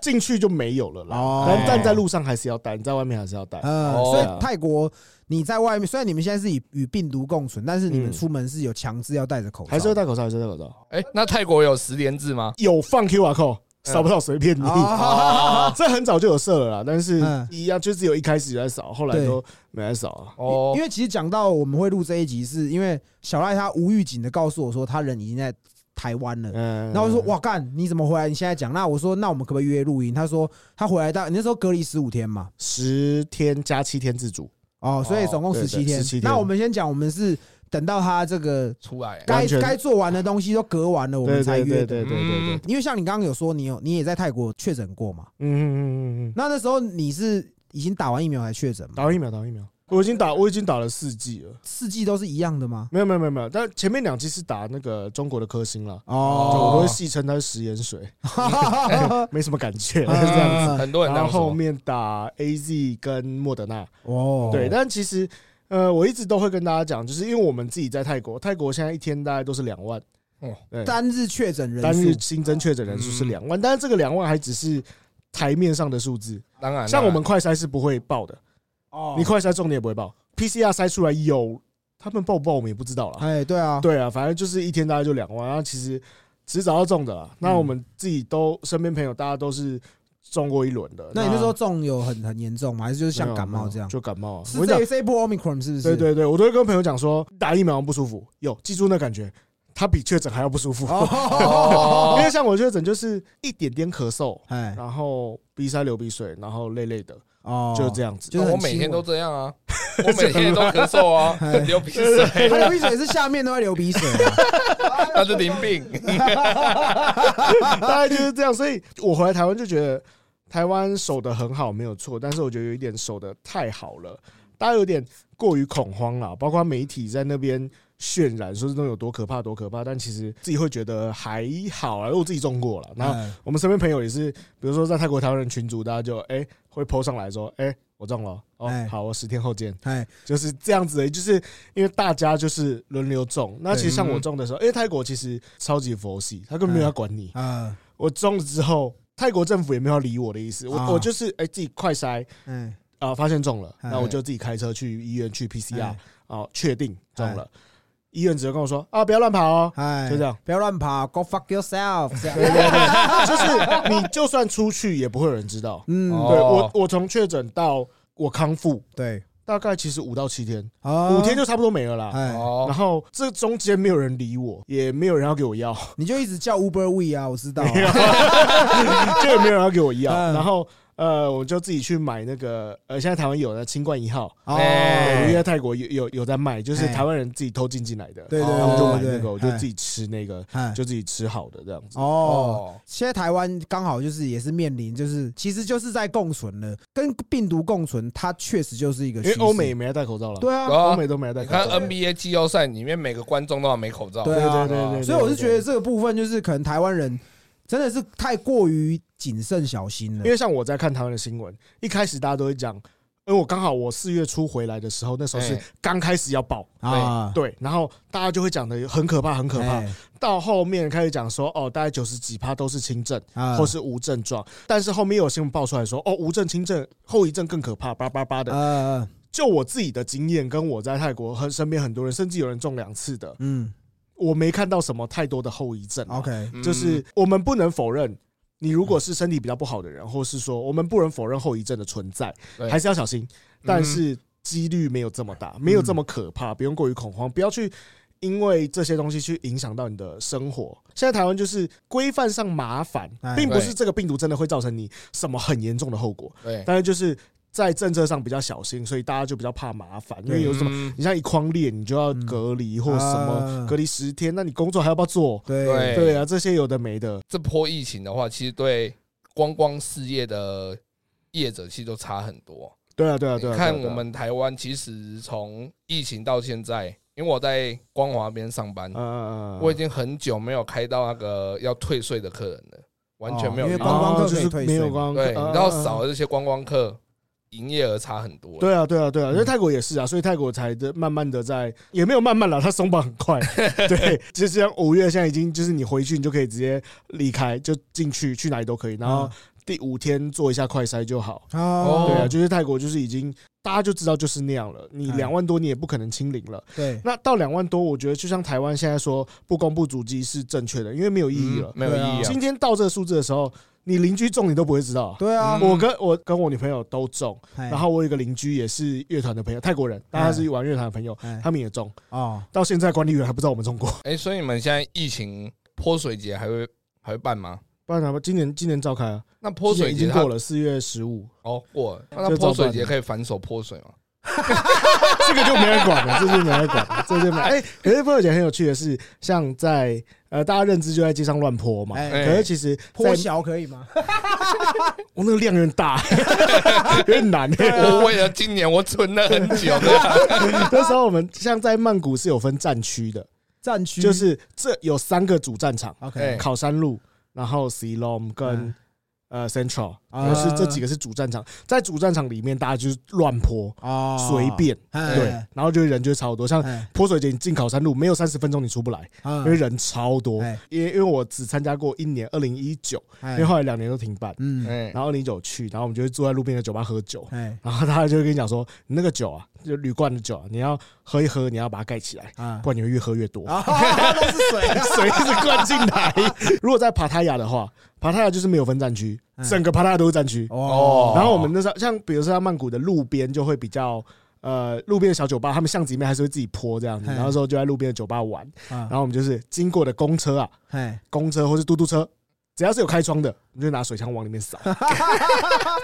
B: 进去就没有了
A: 哦
B: 啦。但站在路上还是要戴，你在外面还是要戴。
A: 嗯，
C: 哦
A: 所以泰国你在外面，虽然你们现在是以与病毒共存，但是你们
B: 嗯
A: 出门是有强制要戴着口罩，
B: 还是要戴口罩，还是要戴口罩。
C: 哎，那泰国有十连制吗？
B: 有放 QR code，扫不到随便你。
A: 嗯哦
B: 这很早就有设了啦，但是
A: 嗯
B: 一样就只有一开始有在扫，后来
A: 对
B: 都没在扫啊。
C: 哦
A: 因，为其实讲到我们会录这一集，是因为小赖他无预警的告诉我说，他人已经在台湾了。
B: 嗯，
A: 然后我就说哇干，你怎么回来？你现在讲？那我说那我们可不可以约录音？他说他回来到你那时候隔离十五天嘛，
B: 十天加七天自主，
A: 哦，所以总共
B: 对
A: 十
B: 对
A: 七天。
B: 17天
A: 那我们先讲，我们是等到他这个
C: 出来啊，
A: 该
B: 完全
A: 该做完的东西都隔完了，我们
B: 对
A: 才
B: 对
A: 约
B: 对
A: 的。
B: 对对对对
C: 嗯，
A: 因为像你刚刚有说，你有你也在泰国确诊过嘛？
B: 嗯嗯嗯嗯嗯，
A: 那那时候你是已经打完疫苗才确诊嘛？
B: 打完疫苗，打完疫苗，我已经打，我已经打了四剂了，
A: 四季都是一样的吗？
B: 没有没有没有没有，但前面两剂是打那个中国的科兴啦，就
A: 哦，
B: 我都会戏称它是食盐水， 没什么感觉，
A: 啊
B: 但是这样子。
A: 样
C: 嗯很多人这
B: 然
C: 样
B: 后后
C: 说。
B: 面打 A Z 跟莫德纳，
A: 哦，
B: 对，但其实呃，我一直都会跟大家讲，就是因为我们自己在泰国，泰国现在一天大概都是两万
C: 哦，
B: 对，
A: 单日确诊人
B: 哎单
A: 数嗯
B: 日新增确诊人数是两万，但是这个两万还只是台面上的数字，
C: 当
A: 啊
C: 然，
B: 像
C: 当然
B: 我们快筛是不会报的，
A: 哦
B: 你快筛中你也不会报，PCR 筛出来有，他们报不报我们也不知道啦。
A: 哎，对啊，
B: 对啊，反正就是一天大概就两万，然后其实只找到中的啦。
A: 嗯
B: 那我们自己都身边朋友大家都是中过一轮的，
A: 那你那时候中有很很严重吗？还是就是像感冒这样
B: 没有没有？就感冒啊。我
A: 是
B: 跟你讲
A: 这，这一波 omicron 是不是？
B: 对对对，我都会跟朋友讲说，打疫苗不舒服，有记住那感觉，它比确诊还要不舒服。
A: 哦
B: 因
C: 哦
B: 为像我确诊就是一点点咳嗽，
A: 哎
B: 然后鼻塞流鼻水，然后累累的，
A: 哦，
B: 就这样子。
A: 就
C: 那
A: 是
C: 我每天都这样啊，我每天都咳嗽啊，流鼻水，
A: 哎 他流鼻水是下面都在流鼻水 啊，
C: 那是淋病。
B: 大概就是这样。所以我回来台湾就觉得台湾守的很好，没有错，但是我觉得有一点守的太好了，大家有点过于恐慌了，包括媒体在那边。渲染说这种有多可怕，多可怕，但其实自己会觉得还好啊。因为我自己中过了，那
A: 哎
B: 我们身边朋友也是，比如说在泰国台湾人群组，大家就哎、会 PO 上来说，哎、我中了，哦
A: 哎，
B: 好，我十天后见，
A: 哎
B: 就是这样子的，就是因为大家就是轮流中。那其实像
A: 嗯
C: 对
B: 我中的时候，因为泰国其实超级佛系，他根本没有要管你。
A: 啊
B: 我中了之后，泰国政府也没有要理我的意思，
A: 啊
B: 我我就是哎、自己快筛
A: 哎
B: 啊、发现中了，
A: 哎
B: 那我就自己开车去医院去 PCR
A: 哎
B: 啊，确定中了。医院只会跟我说啊，不要乱 跑哦，
A: 哎，
B: 就这样，
A: 不要乱跑，Go fuck yourself，这
B: 对
A: 样
B: 对对，就是你就算出去也不会有人知道。
A: 嗯
C: 哦
B: 对我，我从确诊到我康复，
A: 对，
B: 大概其实五到七天，
A: 啊
B: 五天就差不多没了啦。
A: 哎，
C: 哦
B: 然，后这中间没有人理我，
A: 哦
B: 也没有人要 给我药，
A: 你就一直叫 Uber We 啊，我知道啊，
B: 就也没有人要给我药。
A: 嗯
B: 然后呃，我就自己去买那个呃，现在台湾有的清冠一号，
A: 哦，
C: 哎
B: 因为泰国有有有在卖，就是
A: 哎
B: 台湾人自己偷进进来的，
A: 对对
B: 然后我就
A: 对
B: 买
A: 对
B: 那
A: 对，
B: 个，我就
A: 哎
B: 自己吃那个，
A: 哎
B: 就自己吃好的这样子。
A: 哦。
C: 哦，
A: 现在台湾刚好就是也是面临，就是其实就是在共存了，跟病毒共存，它确实就是一个
B: 因
A: 趋
B: 为
A: 势
B: 欧美也哦没戴口罩了，
A: 对啊，
B: 欧
C: 啊
B: 美都没戴
C: 你
B: 口
C: 看
B: 罩。
C: NBA 季后赛里面每个观众都要没口罩，哦
A: 对啊
B: 对对对对
A: 所以我是觉得这个部分就是可能台湾人真的是太过于谨慎小心了
B: 因。为像我在看台湾的新闻，一开始大家都会讲，因为我刚好我四月初回来的时候，那时候是
C: 哎
B: 刚开始要爆，
A: 啊，
B: 对，然后大家就会讲的很可怕，很可怕。
A: 哎
B: 到后面开始讲说，哦，大概九十几趴都是轻症
A: 啊
B: 或是无症状，但是后面又有新闻爆出来说，哦，无症、轻症、后遗症更可怕，叭叭叭的。
A: 呃
B: 就我自己的经验，跟我在泰国和身边很多人，甚至有人中两次的，
A: 嗯
B: 我没看到什么太多的后遗症啊。
A: ，OK，
C: 嗯
B: 就是我们不能否认，你如果是身体比较不好的人，或是说我们不能否认后遗症的存在，
C: 对嗯
B: 还是要小心，但是几率没有这么大，没有这么可怕，不用过于恐慌，不要去。因为这些东西去影响到你的生活。现在台湾就是规范上麻烦
A: 哎，
B: 并不是这个病毒真的会造成你什么很严重的后果，
C: 嗯对，
B: 但是就是在政策上比较小心，所以大家就比较怕麻烦，因为有什么
C: 么
B: 你像一框列，你就要隔离或什么
A: 啊
C: 嗯
B: 隔离十天，那你工作还要不要做？
A: 对
C: 对
B: 对啊，这些有的没的，
C: 这波疫情的话，其实对观光事业的业者其实都差很多。
B: 对啊，对啊，对啊。
C: 你看
B: 对啊
C: 我，们台湾，其实从疫情到现在，因为我在光华那边上班
B: 嗯，嗯嗯，
C: 我已经很久没有开到那个要退税的客人了，完全没有
A: 哦因
C: 遇
A: 为
C: 到。
A: 观光客
B: 哦就
A: 可以
B: 是
A: 退税
B: 没有
A: 嘛
B: 光，
C: 对，
B: 嗯
C: 你知道。
B: 嗯嗯
C: 少了这些观光客，营业额差很多。，
B: 对啊，对啊，对啊，
C: 嗯
B: 因为泰国也是啊，所以泰国才的慢慢的在，也没有慢慢了，它松绑很 快。对，就像五月现在已经就是你回去你就可以直接离开，就进去去哪里都可以，然
C: 嗯
B: 后第五天做一下快筛就好。
A: 哦，
B: 对啊，就是泰国就是已经大家就知道就是那样了，你
C: 嗯
A: 哎
B: 两万多你也不可能清零了。
A: 对
B: 那到两万多，我觉得就像台湾现在说不公布主机是正确的，因为没有意义了。
C: 没有意义
A: 对
C: 啊
B: 今。天到这个数字的时候，你邻居中你都不会知道。
A: 对啊，
C: 嗯
B: 我跟我跟我女朋友都中，
A: 哎
B: 然后我有一个邻居也是乐团的朋友，泰国人，但他是玩乐团的朋友，
A: 哎
B: 他们也中。
A: 哦，
B: 到现在管理员还不知道我们中过，
C: 哎，所以你们现在疫情泼水节还会还会办吗？
B: 不然他们今年今年召开啊，
C: 那泼
B: 今
C: 水节
B: 年已经
C: 它
B: 过了四月十五，
C: 哦过了，那
B: 就
C: 泼
B: 照
C: 水
B: 办
C: 节
B: 了
C: 可以反手泼水吗？
B: 这个就没人管 了，这就没人管了，这就没。哎，可是朋友姐很有趣的是，像在呃大家认知就在街上乱泼嘛，
A: 哎，
C: 哎
B: 可是其实在
A: 坡小可以吗？
B: 我那个量有点 大，有点难、啊
C: 我为了今年我存了很久的，
B: 那时候我们像在曼谷是有分战区的，
A: 战区
B: 就是这有三个主战场，
A: OK，
C: 哎
B: 考山路，然后 c l o m 跟
A: 嗯
B: 呃 Central，
A: 啊
B: 就是这几个是主战场。在主战场里面，大家就是乱泼，
A: 哦，
B: 随便
A: 哎，
B: 对，然后就人就会超多。像
A: 哎，
B: 泼水节，你进考山路没有三十分钟你出不来，因为
A: 嗯，
B: 人超多
A: 哎。
B: 因为因为我只参加过一年，二零一九，因为
A: 哎，
B: 后来两年都停办，
A: 嗯，
C: 哎
B: 然后二零一九去，然后我们就会坐在路边的酒吧喝酒。
A: 哎，
B: 然后他就会跟你讲说，你那个酒啊，就铝罐的酒啊，你要喝一喝，你要把它盖起来，
A: 啊，
B: 不然你会越喝越多，
A: 啊， 都是 水啊，
B: 水一直灌进来。 如果在帕塔亚的话，帕塔亚就是没有分战区，
A: 嗯
B: 整个帕塔亚都是战区。
A: 哦，
B: 然后我们那时候像比如说像曼谷的路边就会比较。呃，路边的小酒吧，他们巷子里面还是会自己泼这样子，
A: 嗯
B: 然后之后就在路边的酒吧玩。
A: 然
B: 然后我们就是经过的公车啊，
A: 哎，
B: 公车或是嘟嘟车，只要是有开窗的，我们就拿水枪往里面扫，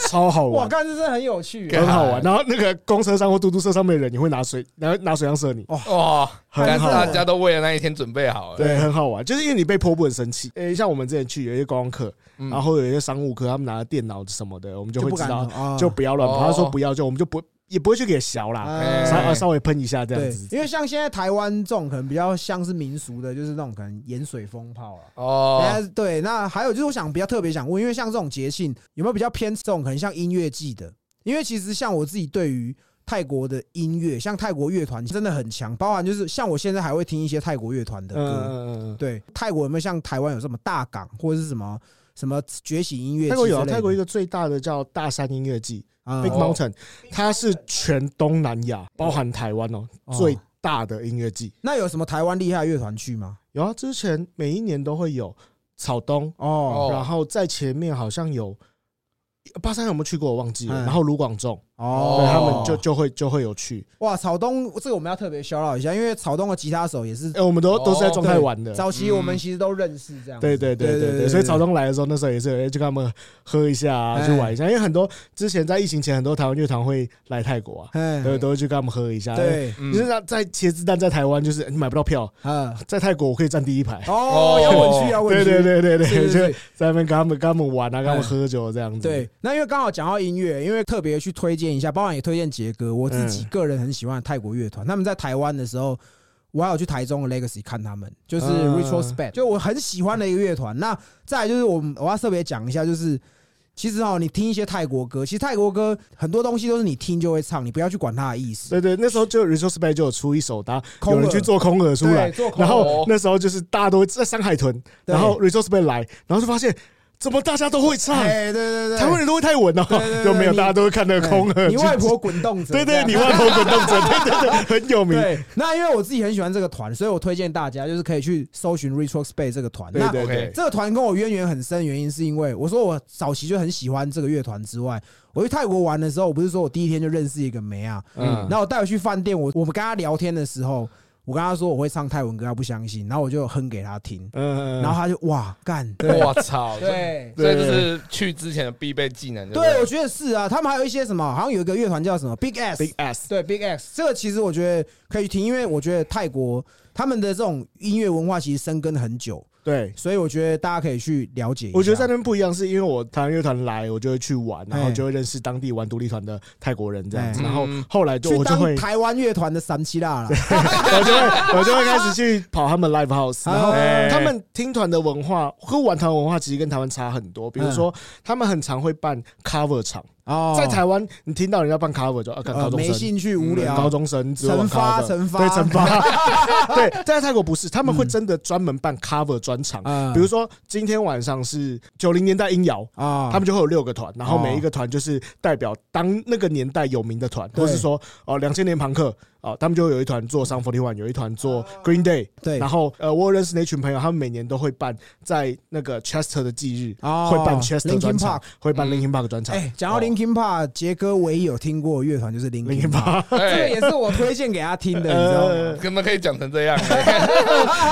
B: 超好玩
A: 哇，。看这真的很有趣
C: 干
A: 啊，
B: 很好玩。然后那个公车上或嘟嘟车上面的人，你会拿水，然后拿水枪射你，
C: 哇，但
B: 很
C: 是
B: 好
C: 大
B: 玩。
C: 家都为了那一天准备好了。
B: 对，很好玩，就是因为你被泼不很生气。诶，像我们之前去有一些观光客，
C: 嗯
B: 然后有一些商务客，他们拿着电脑什么的，我们就会
A: 不
B: 知
A: 敢
B: 道，
A: 啊，
B: 就不要乱
C: 哦
B: 泼。他说不要，就我们就不也不会去给削啦，
A: 哎
B: 稍
C: 哎
B: 呃稍微喷一下这样
A: 对
B: 子，。
A: 因为像现在台湾这种可能比较像是民俗的，就是那种可能盐水风炮啊。
C: 哦，
A: 哎对，那还有就是我想比较特别想问，因为像这种节庆有没有比较偏这种可能像音乐季的？因为其实像我自己对于泰国的音乐，像泰国乐团真的很强，包含就是像我现在还会听一些泰国乐团的
B: 嗯
A: 歌。
B: 嗯嗯嗯。
A: 对，泰国有没有像台湾有什么大港或者是什么什么崛起音乐季之
B: 泰国
A: 类的？
B: 有啊泰国一个最大的嗯叫大山音乐季
A: 啊
B: （Big
C: 哦
B: Mountain），它是全东南亚，包含台湾哦
A: 哦
B: 最大的音乐季。
A: 那有什么台湾厉害的乐团去吗？
B: 有啊，之前每一年都会有草东，
A: 哦
B: 然后在前面好像有八三有没有去过我忘记了，
A: 嗯
B: 然后卢广仲，
A: 哦，
B: 对他们就就会就会有去，
A: 哇，草东这个我们要特别 shout out 一下，因为草东的吉他手也是
B: 哎，我们都
C: 哦
B: 都是在状态玩的，
A: 早期我们其实都认识这样子。
B: 对对对对对，所以草东来的时候，那时候也是有哎就跟他们喝一下啊，
A: 哎
B: 去玩一下，因为很多之前在疫情前，很多台湾乐团会来泰国啊，
A: 哎
B: 对，都会去跟他们喝一下，。
A: 对，
C: 嗯
B: 就是那在茄子蛋在台湾就是你买不到票，
A: 啊，
B: 在泰国我可以站第一排。
A: 哦，摇滚区，摇滚
B: 对
A: 区，
B: 对对对
A: 是
B: 对，
A: 是
B: 就是在那边跟他们跟他们玩啊，跟他
A: 哎
B: 们喝酒这样子。
A: 对，那因为刚好讲到音乐，因为特别
B: 嗯
A: 去推荐一下，包含也推荐杰哥，我自己个人很喜欢的泰国乐团，他们在台湾的时候。我还有去台中的 Legacy 看他们，就是
B: 嗯
A: Retrospect，就我很喜欢的一个乐团。那再来就是我们我要特别讲一下，就是其实哦，你听一些泰国歌，其实泰国歌很多东西都是你听就会唱，你不要去管它的意思。
B: 对对，那时候就 Retrospect 就有出一首，大家
A: 空
B: 有
A: 耳
B: 人去做空耳出来
A: 对，做空
B: 然后
C: 耳
B: 那时候就是大家都会在山海豚，
A: 对
B: 然后 Retrospect 来，然后就发现怎么大家都会唱，
A: 哎，对对对，
B: 台湾人都会泰文哦
A: 对对对，
B: 就没有
A: 你
B: 大家都会看那个空耳
A: 哎
B: 去。
A: 你外婆滚动着，
B: 对
A: 这
B: 对，
A: 样
B: 你外婆滚动者， 对 对对，很有名。
A: 对，那因为我自己很喜欢这个团，所以我推荐大家就是可以去搜寻 Retrospect 这个团。
B: 对
A: 那
B: 对
C: OK
B: 对，
A: 这个团跟我渊源很深，原因是因为我说我早期就很喜欢这个乐团之外，我去泰国玩的时候，我不是说我第一天就认识一个梅啊，
C: 嗯
A: 然，后我带我去饭店，我我们跟他聊天的时候，我跟他说我会唱泰文歌，他不相信，然后我就哼给他听，
B: 嗯，
A: 然后他就哇干，对
C: 我操，
A: 对。
C: 所以这是去之前的必备技能。不
A: 对，我觉得是啊，他们还有一些什么，好像有一个乐团叫什么 Big S，
B: Big S，
A: 对 Big X 这个其实我觉得可以听，因为我觉得泰国他们的这种音乐文化其实深根很久，
B: 对。
A: 所以我觉得大家可以去了解一下。
B: 我觉得在那边不一样，是因为我台湾乐团来，我就会去玩，然后
A: 哎
B: 就会认识当地玩独立团的泰国人这样子，
A: 哎
B: 然后
C: 嗯
B: 后来就
A: 去
B: 我就
A: 当
B: 会，
A: 台湾乐团的三七辣了，
B: 我就会，我就会开始去跑他们 live house，然后
A: 哎
B: 他们听团的文化和玩团文化其实跟台湾差很多，比如说他们很常会办 cover 场，
A: 嗯哦
B: 在台湾你听到人家办 cover 就啊，看
A: 呃
B: 高中
A: 没
B: 生，嗯
A: 兴趣无聊，
B: 高中生只有
A: 惩
B: 玩
A: 罚
B: cover
A: 惩罚
B: 对惩 罚，对，但在泰国不是，他们会真的专门办 cover 专场，
A: 嗯
B: 比如说今天晚上是九零年代音摇。
A: 啊，
B: 他们就会有六个团，然后每一个团就是代表当那个年代有名的团，
A: 对嗯
B: 或是说哦两千年朋克哦，他们就会有一团做 Sun Forty One，有一团做 Green Day，
A: 哦对
B: 然后呃我有认识那群朋友，他们每年都会办在那个 Chester 的忌日，
A: 哦
B: 会办 Chester 专
A: Linkin
B: 场
A: Park，
B: 会办 Linkin Park 专场。
A: 哎，讲到
B: 哦
A: Linkin Park，杰哥唯一有听过的乐团就是 Linkin
B: Linkin
A: Park，
B: Park，
A: 这个
B: 哎呃
C: 对，
A: 也是我推荐给他听的，你 知道吗？
C: 哎怎么可以讲成这样？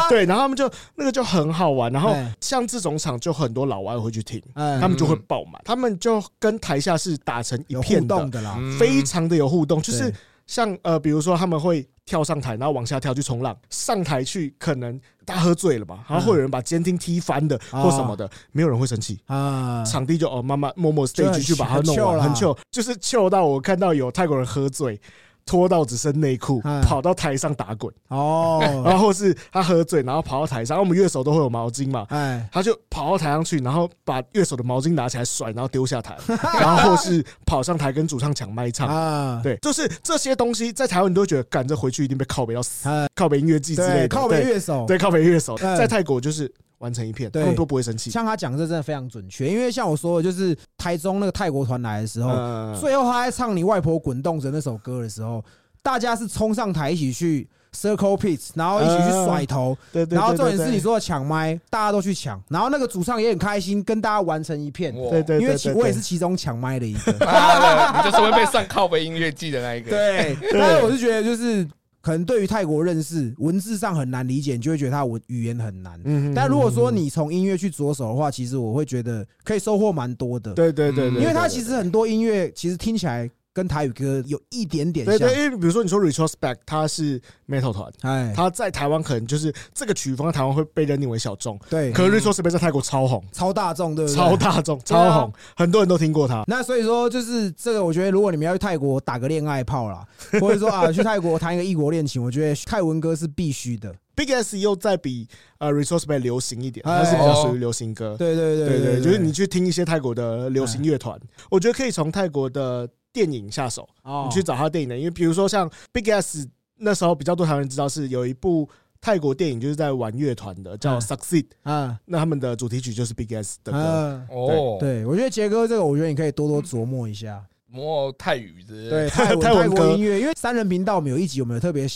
B: 对，然后他们就那个就很好玩，然后
A: 哎
B: 像这种场就很多老外会去听，
A: 嗯
B: 他们就会爆满，他们就跟台下是打成一
A: 有互
B: 片
A: 动
B: 的，
A: 的啦，
C: 嗯
B: 非常的有互动，就是
A: 对
B: 像呃，比如说他们会跳上台，然后往下跳去冲浪，上台去可能大家喝醉了
A: 嗯
B: 嘛，然后会有人把监听踢翻的
A: 哦
B: 或什么的，没有人会生气。
A: 啊，
B: 场地就哦，慢慢默默
A: 就很
B: stage 去把它
A: 很
B: 弄
A: chill
B: 完，
A: 啦
B: 很 chill，就是 chill 到我看到有泰国人喝醉，脱到只剩内裤
A: 嗯，
B: 跑到台上打滚，
A: 哦，
B: 然后是他喝醉，然后跑到台上，然后我们乐手都会有毛巾嘛，
A: 哎，
B: 他就跑到台上去，然后把乐手的毛巾拿起来甩，然后丢下台， 然后或是跑上台跟主唱抢麦唱。
A: 啊，
B: 对，就是这些东西在台湾你都会觉得，赶着回去一定被靠北到死，
A: 哎
B: 靠北音乐季之类
A: 对，
B: 的，
A: 靠北
B: 对
A: 乐手，
B: 对靠北乐手，
A: 嗯
B: 在泰国就是完成一片，
A: 对
B: 他们都不会生气。
A: 像他讲的这真的非常准确，因为像我说的，就是台中那个泰国团来的时候，
B: 嗯
A: 最后他在唱《你外婆滚动着》那首歌的时候，大家是冲上台一起去 circle pits，然后一起去甩头，
B: 对啊对，
A: 然后
B: 对
A: 重点
B: 对
A: 是你
B: 对
A: 说的抢麦，大家都去抢，然后那个主唱也很开心，跟大家完成一片。
C: 哇，
B: 对哦对，
A: 因为
B: 对
A: 其
B: 对
A: 我也
B: 对
A: 是其中抢麦的一个
C: 妈的，你就是会被上靠背音乐季的那一个。
A: 对，但是我是觉得就是可能对于泰国认识文字上很难理解，你就会觉得他文语言很难。
B: 嗯
A: 但如果说你从音乐去着手的话，其实我会觉得可以收获蛮多的。
B: 对对对，
C: 嗯
B: 对
A: 因为
B: 对
A: 它
B: 对
A: 其实很多音乐其实听起来跟台语歌有一点点
B: 对
A: 像
B: 对，，因为比如说你说 Retrospect，它是 metal 团，
A: 哎，
B: 它在台湾可能就是这个曲风，在台湾会被认定为小众，
A: 对，
B: 可是 Retrospect 在泰国超红，
A: 超大众，对不对？
B: 超。大众，
A: 对啊
B: 超红，很多人都听过它。
A: 那所以说，就是这个，我觉得如果你们要去泰国打个恋爱炮啦，或者说啊去泰国谈一个异国恋情，我觉得泰文歌是必须的。
B: Big S 又再比呃 Retrospect 流行一点，
A: 哎
B: 它是比较属于流行歌。
A: 对对
B: 对
A: 对哎
B: 对，就是你去听一些泰国的流行乐团，我觉得可以从泰国的电影下手，
A: 哦
B: 你去找他的电影的，因为比如说像 Big S 那时候比较多台湾人知道是有一部泰国电影就是在玩乐团的，叫
A: 嗯
B: Succeed，
A: 啊
B: 那他们的主题曲就是 Big S 的歌。
A: 啊，
C: 哦，，
A: 对，我觉得杰哥这个，我觉得你可以多多琢磨一下。
C: 摸泰语之类的。
A: 对，泰文
B: 泰
A: 泰
B: 文歌
A: 国音乐，因为三人频道我们有一集，我们有特别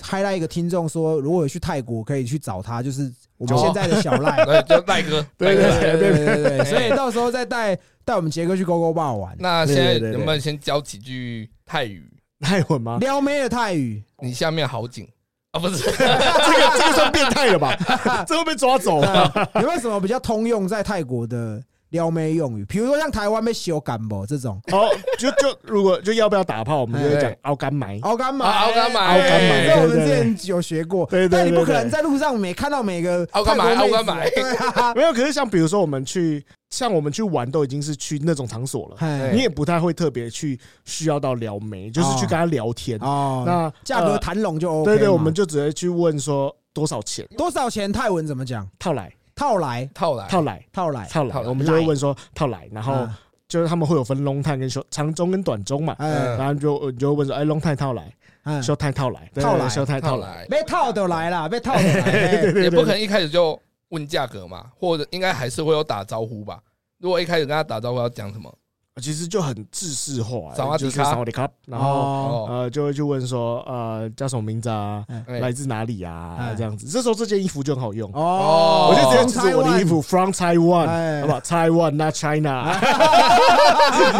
A: highlight 一个听众说，如果有去泰国可以去找他，就是我们
C: 哦
A: 现在的小 赖。
C: 对，就赖哥，
B: 对
C: 赖哥
B: 对
C: 来
A: 对对对对对，
C: 对
A: 所以到时候再带带我们杰哥去勾勾爸玩，
C: 那现在
B: 对对对对
C: 能不能先教几句泰语？
B: 泰文吗？
A: 撩妹的泰语，
C: 你下面好紧啊，不是？
B: 这个这个算变态 了吧？这会被抓走啊。
A: 呃有没有什么比较通用在泰国的撩妹用语？比如说像台湾被修干不这种，
B: 哦，就就如果就要不要打炮，我们就会讲哦
C: 哎
B: 奥干埋。
A: 熬干嘛？
C: 啊奥干嘛
A: 哎
B: 奥干嘛
A: 这我们
B: 对对对
A: 之前有学过，
B: 对对对
A: 但你不可
B: 对
A: 能在路上每看到每个
C: 奥干嘛
A: 泰国妹子
C: 奥干嘛
A: 对啊，
B: 没有，可是像比如说我们去像我们去玩都已经是去那种场所了，
A: 嗨
B: 你也不太会特别去需要到撩妹，就是去跟他聊天。
A: 哦，
B: 那
A: 价格
B: 呃
A: 谈拢就 OK 嘛。
B: 对对，我们就直接去问说多少钱
A: 多少钱？泰文怎么讲？
B: 套来
A: 套来
C: 套来，
B: 套来
A: 哎套来，
B: 套来，
C: 套来
B: 我们就会问说套来，然后
A: 啊
B: 就是他们会有分 long time 跟 short 长中跟短中嘛，
A: 哎
C: 嗯
B: 然后就你就会问说哎 long time 套来
A: 哎，
B: ，short time 套来，对
A: 套来
B: ，short time
C: 套
B: 套来，
C: 来，
A: 被套的来啦，被套的来。
C: 也不可能一开始就问价格嘛，或者应该还是会有打招呼吧。如果一开始跟他打招呼要讲什么？
B: 其实就很制式化，
C: 萨瓦迪
B: 就是
C: 卡
B: 萨瓦迪卡， 然后
A: 哦，
C: 哦，
B: 呃，就会去问说，呃，叫什么名字啊，
C: 哎
B: 来自哪里啊
A: 哎，
B: 这样子。这时候这件衣服就很好用，
A: 哦，
B: 我就直接
C: 哦
B: 指着我的衣服，from Taiwan，
A: 哎
B: 好不好？Taiwan not China，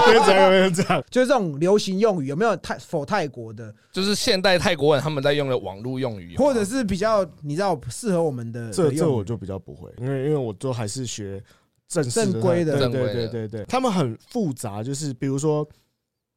B: 别 这样，别这样。
A: 就是这种流行用语，有没有泰否泰国的，
C: 就是现代泰国人他们在用的网络用语，啊
A: 或者是比较你知道适合我们的
B: 啊这
A: 的
B: 这
A: 用
B: 我
A: 语
B: 就比较不会，因为因为我都还是学正式
A: 正规的
B: 对
C: 正
B: 对
C: 规
B: 对
C: 的
B: 对对。他们很复杂，就是比如说，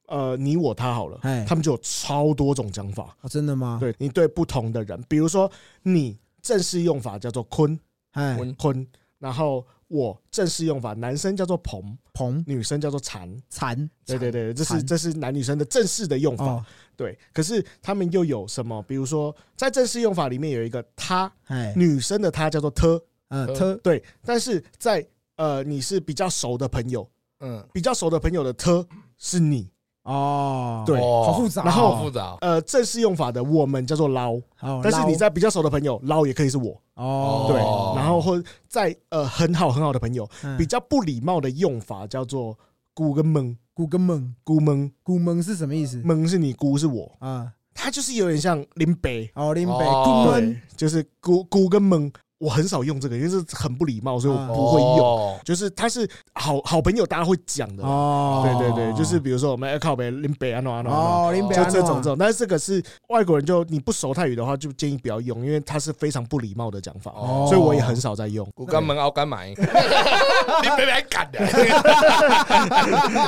B: 呃，你我他好了
A: 哎，
B: 他们就有超多种讲法。
A: 哦真的吗？
B: 对你对不同的人，比如说你正式用法叫做坤，
A: 哎，
C: 温
B: 坤，然后我正式用法，男生叫做鹏，
A: 蓬
B: 女生叫做蝉。
A: 蚕，
B: 对对对，这是
A: 蝉
B: 这是男女生的正式的用法。
A: 哦，
B: 对，可是他们又有什么？比如说，在正式用法里面有一个他，
A: 哎，
B: 女生的她叫做特，
A: 嗯，特
B: 对，但是在呃你是比较熟的朋友，
C: 嗯，
B: 比较熟的朋友的特是你。
A: 哦，
B: 对
A: 好复杂哦，
B: 然后
C: 好复杂，
B: 呃，正式用法的我们叫做捞，
A: 哦，
B: 但是你
A: 捞
B: 在比较熟的朋友捞也可以是我，
A: 哦，
B: 对
C: 哦，
B: 然后或者在呃很好很好的朋友，
A: 嗯
B: 比较不礼貌的用法叫做姑跟蒙，
A: 古根蒙，
B: 姑蒙，
A: 古蒙是什么意思？
B: 蒙是你姑是我，
A: 啊，
B: 它就是有点像林北，
A: 哦，林北
C: 哦
A: 古
B: 对
A: 蒙，，
B: 就是姑姑跟蒙，我很少用这个，因为是很不礼貌，所以我
A: 啊
B: 不会用。
C: 哦
B: 就是它是好好朋友，大家会讲的。
A: 哦，
B: 对对对，就是比如说我们哎靠北林北安诺安诺，安
A: 哦，林北
B: 诺就
A: 安
B: 这种
A: 诺
B: 这种，但是这个是外国人就你不熟泰语的话，就建议不要用，因为它是非常不礼貌的讲法，
A: 哦
B: 所以我也很少在用。
C: 骨干门熬干买， 你别别干的，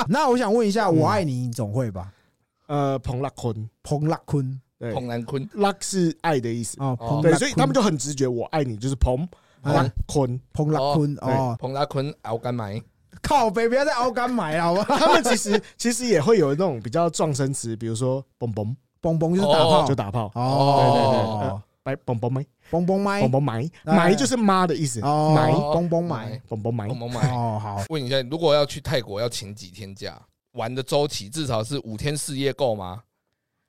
A: 那我想问一
B: 嗯
A: 下，我爱你，你总会吧？
B: 呃，彭拉坤，
A: 彭拉坤
B: 对，
C: 彭南坤
B: 拉是爱的意思，
A: 哦，
C: 哦
A: 彭
B: 对，
A: 拉
B: 所以
A: 坤
B: 他们就很直觉，我爱你就是彭
A: 哎
B: 拉坤。
A: 彭拉坤哦，
C: 彭南坤熬干买，
A: 靠北，不要再熬干买了，好吧？
B: 他们其实其实也会有那种比较撞声词，比如说嘣嘣
A: 蹦蹦就是打炮，
B: 哦就打炮，
A: 哦，
C: 对对对
B: 呃白嘣嘣埋，
A: 蹦蹦麦
B: 嘣，嘣埋，
A: 哎
B: 埋就是妈的意思，埋
A: 哦，蹦蹦麦，
B: 嘣嘣埋
C: 彭。彭买。
A: 哦，好，
C: 问一下，如果要去泰国，要请几天假？玩的周期至少是五天四夜够吗？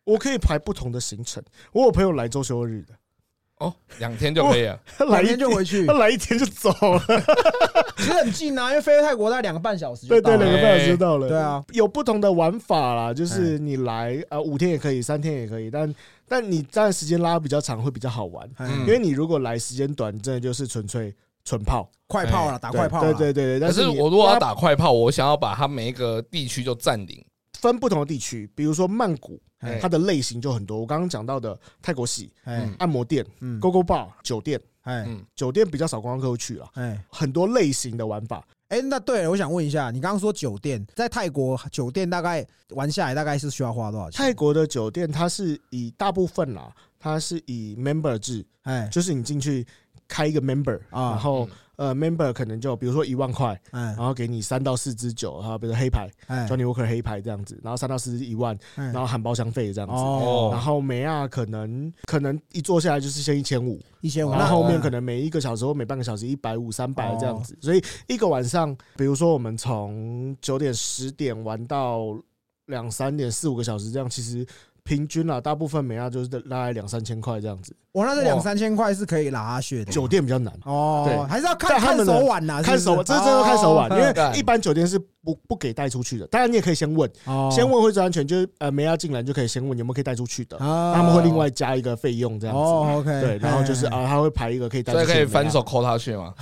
B: 我可以排不同的行程，我有朋友来周休日的，
C: 哦，两天就可以了。
B: 他 来
A: 两
B: 一
A: 天就回去
B: 他，来一 天就走 了，
A: 其实很近啊，因为飞到泰国大概两个半小时就
B: 对
A: 到了。
B: 对，两个半小时就到了。
A: 对啊，哎
B: 有不同的玩法啦，就是你来呃五天也可以，三天也可以，但但你当然时间拉比较长会比较好玩，
A: 哎
B: 因为你如果来时间短，真的就是纯粹纯炮，
A: 快炮了，打
B: 对
A: 啊快炮
B: 对
A: 了。
B: 对对对。
C: 可
B: 但
C: 是
B: 你
C: 我如果要打快炮，我想要把它每一个地区就占领。
B: 分不同的地区，比如说曼谷，
C: 哎
B: 它的类型就很多。我刚刚讲到的泰国洗、
A: 哎
B: 按摩店、
A: 嗯
B: GoGo Bar、酒店，
A: 哎
B: 酒店比较少观光客会去了，
A: 哎
B: 很多类型的玩法。
A: 哎，那对了，我想问一下，你刚刚说酒店在泰国酒店大概玩下来大概是需要花多少钱？
B: 泰国的酒店它是以大部分啦，它是以 member 制，
A: 哎
B: 就是你进去开一个 member，
A: 啊
B: 然后呃 member 可能就比如说一万块，
A: 哎
B: 然后给你三到四支酒，啊，比如说黑牌
A: 哎
B: Johnny Walker 黑牌这样子，然后三到四支一万，
A: 哎
B: 然后含包厢费这样子。
A: 哦，
B: 然后梅亚可能可能一坐下来就是先一千五，
A: 一千五，
B: 然
A: 那
B: 后哦后面可能每一个小时或每半个小时一百五、三百这样子，所以一个晚上，比如说我们从九点、十点玩到两三点、四五个小时这样，其实平均啊，大部分每样就是大概两三千块这样子。
A: 我那这两三千块是可以拿血的
B: 酒店比较难，
A: 哦
B: 对，
A: 还是要看
B: 但他
A: 看
B: 们的
A: 手腕呐，
B: 看手，这这都看手腕，因
C: 哦
B: 为一般酒店是不不给带出去的。当然你也可以先问，
A: 为
B: 先问会最安全，就是呃梅亚进来你就可以先问有没有可以带出去的，
A: 啊
B: 他们会另外加一个费用这样子。
A: 哦，OK，
B: 对，然后就是
A: 哎，
B: 啊，他会排一个可以带出
C: 所以
B: 去的梅
C: 可以
B: 亚，
C: 反手扣他去吗？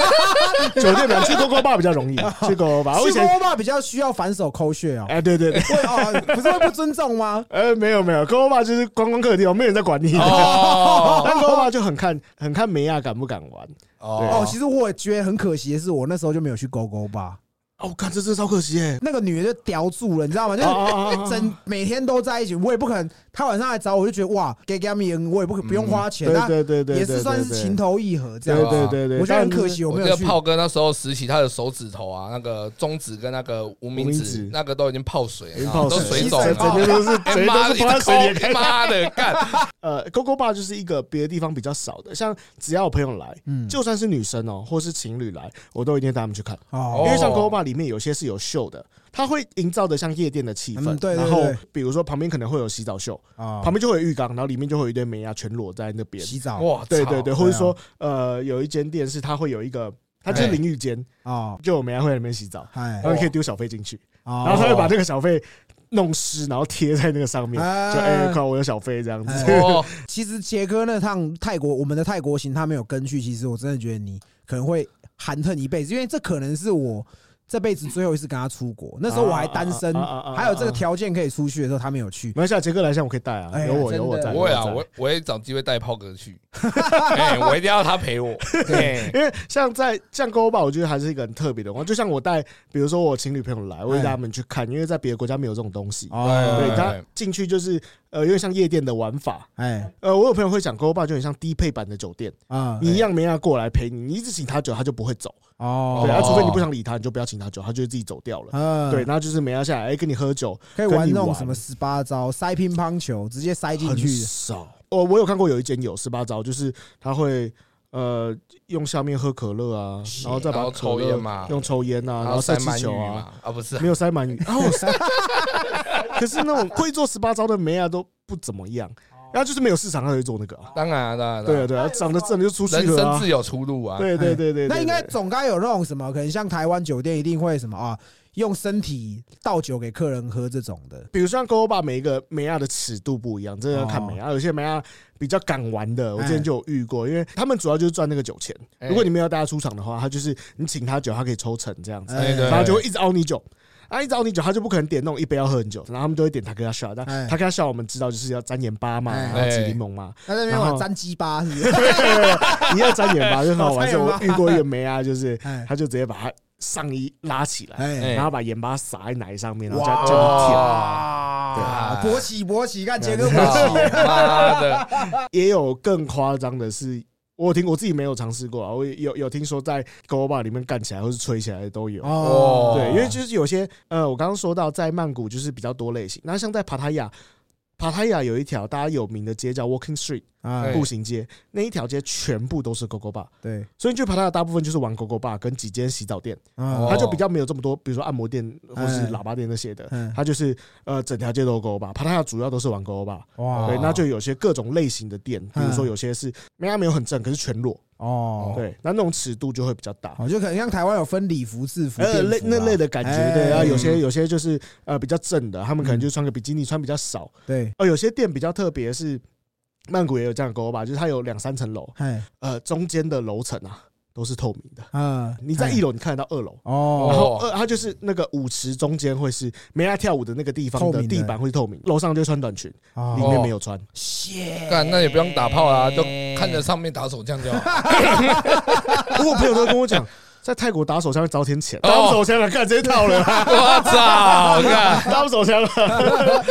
B: 酒店表去 GoGo 吧比较容易，去 GoGo 吧。啊我以
A: 去
B: 前
A: 欧巴比较需要反手抠血哦，
B: 哎，对 对对，
A: 会哦，不是会不尊重吗？
B: 呃，没有没有，GoGo 吧就是观光客的地方，没有人在管你。
C: 哦
B: 但 GoGo 吧就很看很看梅亚敢不敢玩。
A: 哦，
C: 哦
A: 其实我也觉得很可惜的是，我那时候就没有去勾勾吧。
B: 哦，看这次超可惜哎，
A: 那个女的就叼住了，你知道吗？就
B: 啊啊啊啊
A: 是
B: 啊
A: 整每天都在一起，我也不可能。她晚上来找我，就觉得哇，给给他们赢，我也不可不用花钱，
B: 嗯对
A: 那
B: 对对对，
A: 也
B: 对
A: 是算是情，投意合这
B: 对
A: 样。
B: 对对对对，
A: 我觉得很
B: 但
A: 可惜，哦我
C: 我
A: 没
C: 记
A: 有
C: 得
A: 去。
C: 炮哥那时候实习，他的手指头啊，那个中指跟那个无名
B: 无名
C: 指
B: 指，
C: 那个都已经泡水
B: 已经
C: 了，
B: 泡
C: 都
B: 水
C: 水肿了
A: 整
B: 整。边都是，
C: 哎
B: 整
C: 妈
B: 都
C: 的，
B: 是泡水
C: 一直抠妈的 干！
B: 呃，Go Go Bar 就是一个别的地方比较少的，像只要有朋友来，
A: 嗯，
B: 就算是女生哦，或是情侣来，我都一定带他们去看，因
A: 哦
B: 为像 Go Go Bar 里面有些是有秀的，它会营造的像夜店的气氛
A: 嗯，对对
B: 然后
A: 对
B: 比如说旁边可能会有洗澡秀，
A: 啊
B: 旁边就会有浴缸，然后里面就会有一堆美亚全裸在那边，
A: 洗澡啊
C: 哇，
B: 对
C: 操
B: 对对，或者说呃，有一间店是它会有一个，它就是淋浴间，
A: 哦，
B: 就有美亚会在里面洗澡，
A: 嗨哦
B: 然，后你可以丢小费进去，然
A: 然
B: 后他会把那个小费弄湿，然后贴在那个上面，就哎，快我有小费这样
A: 哎
B: 子。
C: 哦，
A: 其实杰哥那趟泰国，我们的泰国行他没有跟去，其实我真的觉得你可能会含恨一辈子，因为这可能是我这辈子最后一次跟他出国。那时候我还单身
B: 啊啊啊啊啊啊，
A: 还有这个条件可以出去的时候，他没有去。
B: 没关系啊，杰哥来一下，我可以带啊，
A: 哎呀
B: 有我
A: 真的
B: 有我在。
C: 不会啊，
B: 有在
C: 我我也找机会带炮哥去， 哎，我一定要他 陪我。哎
B: 因为像在像 Go 吧，我觉得还是一个很特别的文化。就像我带，比如说我情侣朋友来，我会带他们去看，因为在别的国家没有这种东西。
A: 哦
C: 哎
B: 对
C: 哎
B: 他
C: 哎
B: 进去就是呃，有点像夜店的玩法。
A: 哎
B: 呃，我有朋友会讲 Go 吧，就很像低配版的酒店，
A: 啊
B: 你一样没让他过来陪你，你一直请他酒，他就不会走。
A: 哦
B: 对，
C: 哦
B: 啊，除非你不想理他，你就不要请他酒，他就会自己走掉了。
A: 嗯
B: 对，，然后就是没他下来，哎，跟你喝酒，
A: 可以玩那
B: 跟你
A: 种
B: 玩
A: 什么十八招、塞乒乓球，直接塞进
B: 很
A: 去的。
B: 少。我我有看过有一间有十八招，就是他会呃用下面喝可乐啊，然后再把
C: 然后
B: 可
C: 抽
B: 乐
C: 烟嘛
B: 用抽烟啊，然后
C: 塞
B: 气
C: 鳗
B: 球
C: 鱼
B: 啊，
C: 嘛，啊不是啊
B: 没有塞鳗鱼。哦，塞 可是那种会做十八招的梅啊都不怎么样，然后就是没有市场，他就做那个啊。
C: 当然啊，当然啊，当
B: 对
C: 然
B: 啊
C: 啊
B: 对啊，长得正就出去
C: 人
B: 了
C: 生
B: 啊。
C: 自有出路啊。
B: 对对对对，
A: 那
B: 对
A: 应该
B: 对
A: 总该有那种什么，可能像台湾酒店一定会什么啊，用身体倒酒给客人喝这种的。
B: 比如像 Go 吧，每一个梅亚的尺度不一样，真的要看梅哦亚。有些梅亚比较敢玩的，我之前就有遇过，因为他们主要就是赚那个酒钱。
C: 哎
B: 如果你没有带他出场的话，他就是你请他酒，他可以抽成这样子，
A: 哎
C: 对
B: 然后 就会一直凹你酒。啊！一直凹你酒，他就不可能点那种一杯要喝很久，然后他们都会点塔克亚笑。但
A: 哎
B: 塔克亚笑我们知道就是要沾盐巴嘛，
A: 哎
B: 然后挤柠檬嘛，
A: 他在那边玩
B: 然后
A: 粘鸡巴是不是？
B: 你要 沾盐巴就很好玩。
A: 哦
B: 所以我
A: 沾
B: 遇
A: 盐巴
B: 过一个梅啊，就是
A: 哎
B: 他就直接把他上衣拉起来，
A: 哎
C: 哎
B: 然后把盐巴撒在奶上面，然后这样这样舔。
A: 哇！
C: 对
A: 勃起勃起，看杰哥勃
C: 操
A: 起，
C: 哦妈的，
B: 也有更夸张的是，我有听我自己没有尝试过啊，我有有听说在 Go Bar 里面干起来或是吹起来的都有。
A: 哦，
B: 对，因为就是有些呃，我刚刚说到在曼谷就是比较多类型，那像在帕塔亚，帕塔亚有一条大家有名的街叫 Walking Street
A: 啊
B: 步行街，那一条街全部都是 Go Go Bar，
A: 对，
B: 所以你去帕塔亚大部分就是玩 Go Go Bar 跟几间洗澡店，
A: 哦
C: 哦
B: 它就比较没有这么多，比如说按摩店或是
A: 哎
B: 喇叭店那些的
A: 嗯，
B: 它就是呃整条街都有 Go Go Bar，帕塔亚主要都是玩 Go Go Bar。
A: 哇
B: 对，那就有些各种类型的店，比如说有些是没它没有很正，可是全裸，
A: 哎哦，
B: 对，那那种尺度就会比较大，
A: 哦，就可能像台湾有分礼服、制服、
B: 呃，
A: 便服
B: 类那
A: 啊
B: 类的感觉，
A: 哎
B: 对啊，
A: 嗯
B: 有些有些就是呃比较正的，他们可能就穿个比基尼，穿比较少，
A: 对，
B: 哦，有些店比较特别是。曼谷也有这样的勾吧，就是它有两三层楼，
A: 哎，
B: 呃，中间的楼层啊都是透明的，
A: 嗯，
B: 你在
A: 哎
B: 一楼你看得到二楼，
A: 哦，
B: 然后二它就是那个舞池中间会是没亚跳舞的那个地方
A: 透
B: 的
A: 明的
B: 地板会是透明，楼上就穿短裙，里
A: 哦，
B: 面没有穿，
A: 谢，
C: 干那也不用打炮啦，就
A: 哎
C: 看着上面打手枪就好。
B: 我朋友都跟我讲，在泰国打手枪会遭天谴，
C: 哦
B: 打手枪了，干直接套 了，
C: 我操，干！
B: 打手枪了。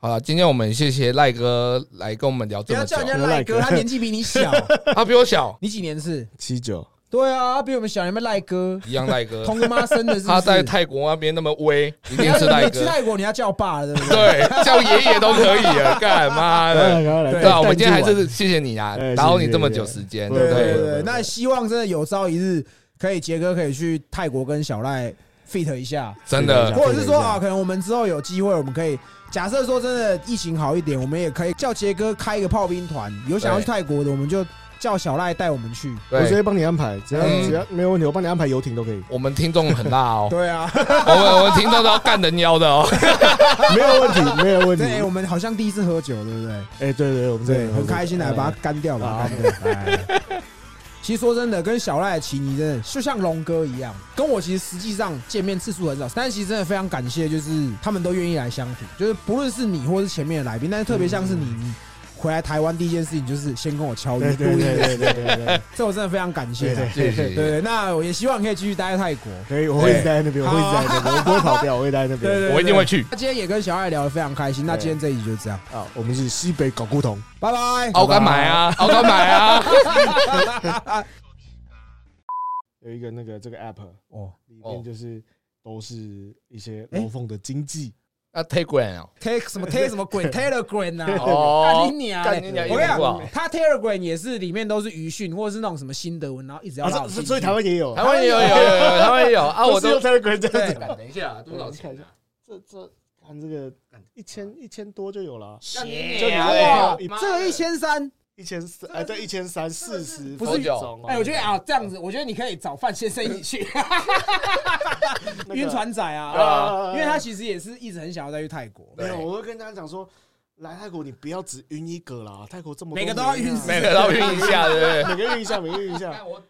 C: 好了，今天我们谢谢赖哥来跟我们聊
A: 不
C: 这
A: 要
C: 么久
A: 叫，人家赖哥，他年纪比你小，
C: 他比我小，
A: 你几年次？
B: 七九，
A: 对啊，他比我们小，你们赖哥，
C: 一样 赖哥。
A: 同个妈生的，是不
C: 他
A: 是？
C: 在泰国那边那么威，一定是
A: 你
C: 赖
A: 去
C: 哥。
A: 泰国你要叫爸了，对不对？
C: 对，叫爷爷都可以啊，干妈的。对啊，我们今天还是谢谢你啊
B: 哎，
C: 打扰
B: 谢
C: 你
B: 谢
C: 这么
B: 谢谢
C: 久时间，
B: 对
C: 对不
A: 对
C: 对？
A: 对
B: 对
A: 对，那希望真的有朝一日可以杰哥可以去泰国跟小赖 fit 一下，
C: 真
B: 对
C: 的，
A: 或者是说
B: fit 一下
A: 啊，可能我们之后有机会，我们可以假设说真的疫情好一点，我们也可以叫杰哥开一个炮兵团，有想要去泰国的，我们就叫小赖带我们去。
B: 我直
C: 对，
B: 接帮你安排，只要
C: 嗯
B: 只要没有问题，我帮你安排游艇都可 以，
C: 我们听众很辣哦，
A: 对啊，
C: 我们我们听众都要干人妖的哦。
B: 没有问题，没有问题
A: 对，。哎我们好像第一次喝酒，对不对？
B: 哎，对对，我们这
A: 对，很开心
B: 啊
A: 来把它干掉，把它干掉。哎 其实说真的，跟小赖的情谊真的就像龙哥一样，跟我其实实际上见面次数很少，但是其实真的非常感谢，就是他们都愿意来相挺，就是不论是你或是前面的来宾，但是特别像是你，你回来台湾第一件事情就是先跟我敲约
B: 对哎对
A: 录音，
B: 对对对对对对，
A: 这我真的非常感谢啊。
B: 对
C: 谢
A: 对
C: 谢
A: 对，那我也希望你可以继续待在泰国。
B: 可以，我会一直待在那边，我会一直待在那边，我不会跑掉，我会待在那
A: 对对
B: 边。
A: 对
C: 我一定会去。
A: 那今天也跟小爱聊得非常开心，那今天这一集就这样，
B: 啊，我们是西北搞古董。
A: 拜拜。
C: 奥甘买啊，奥甘买啊。
B: 有一个那个这个 app
A: 哦
B: 里
C: 哦
B: 面就是都是一些楼凤的经济，
C: 那 Telegram 哦，
A: ，take 什么 take 什么 鬼 Telegram 啊？
C: 哦
A: 干你娘嘞！
C: 干你娘
A: 我跟你
C: 一点不好
A: 讲，他 Telegram 也是里面都是余讯或者是那种什么新德文，然后一直要
B: 啊，
A: 绕
B: 所
A: 进
B: 以
A: 去。
B: 所以台湾也有
C: 台，湾也有有有有，台湾也有啊，
B: 都
C: 我
B: 是
C: 都
B: 用。台湾这样
A: 对
B: 子。
C: 等一下，多少钱啊？
B: 这这看这个一千一千多就有了啊，
C: 就
B: 就你
A: 哇
B: 哇，
A: 这个一千三，
B: 一千四哎，对，一千三四十
A: 不是
B: 分钟
A: 哎，我觉得啊，这样子，我觉得你可以找范先生一起去，
B: 那个
A: 晕船仔啊，
B: 啊
A: 因为他其实也是一直很想要再去泰国，
B: 没有，我会跟大家讲说，来泰国你不要只晕一个啦，泰国这么多
A: 每个都要晕
B: 人啊
A: 死
C: 每个都晕一下，对不对？
B: 每个晕一下，每个晕一下。
C: 我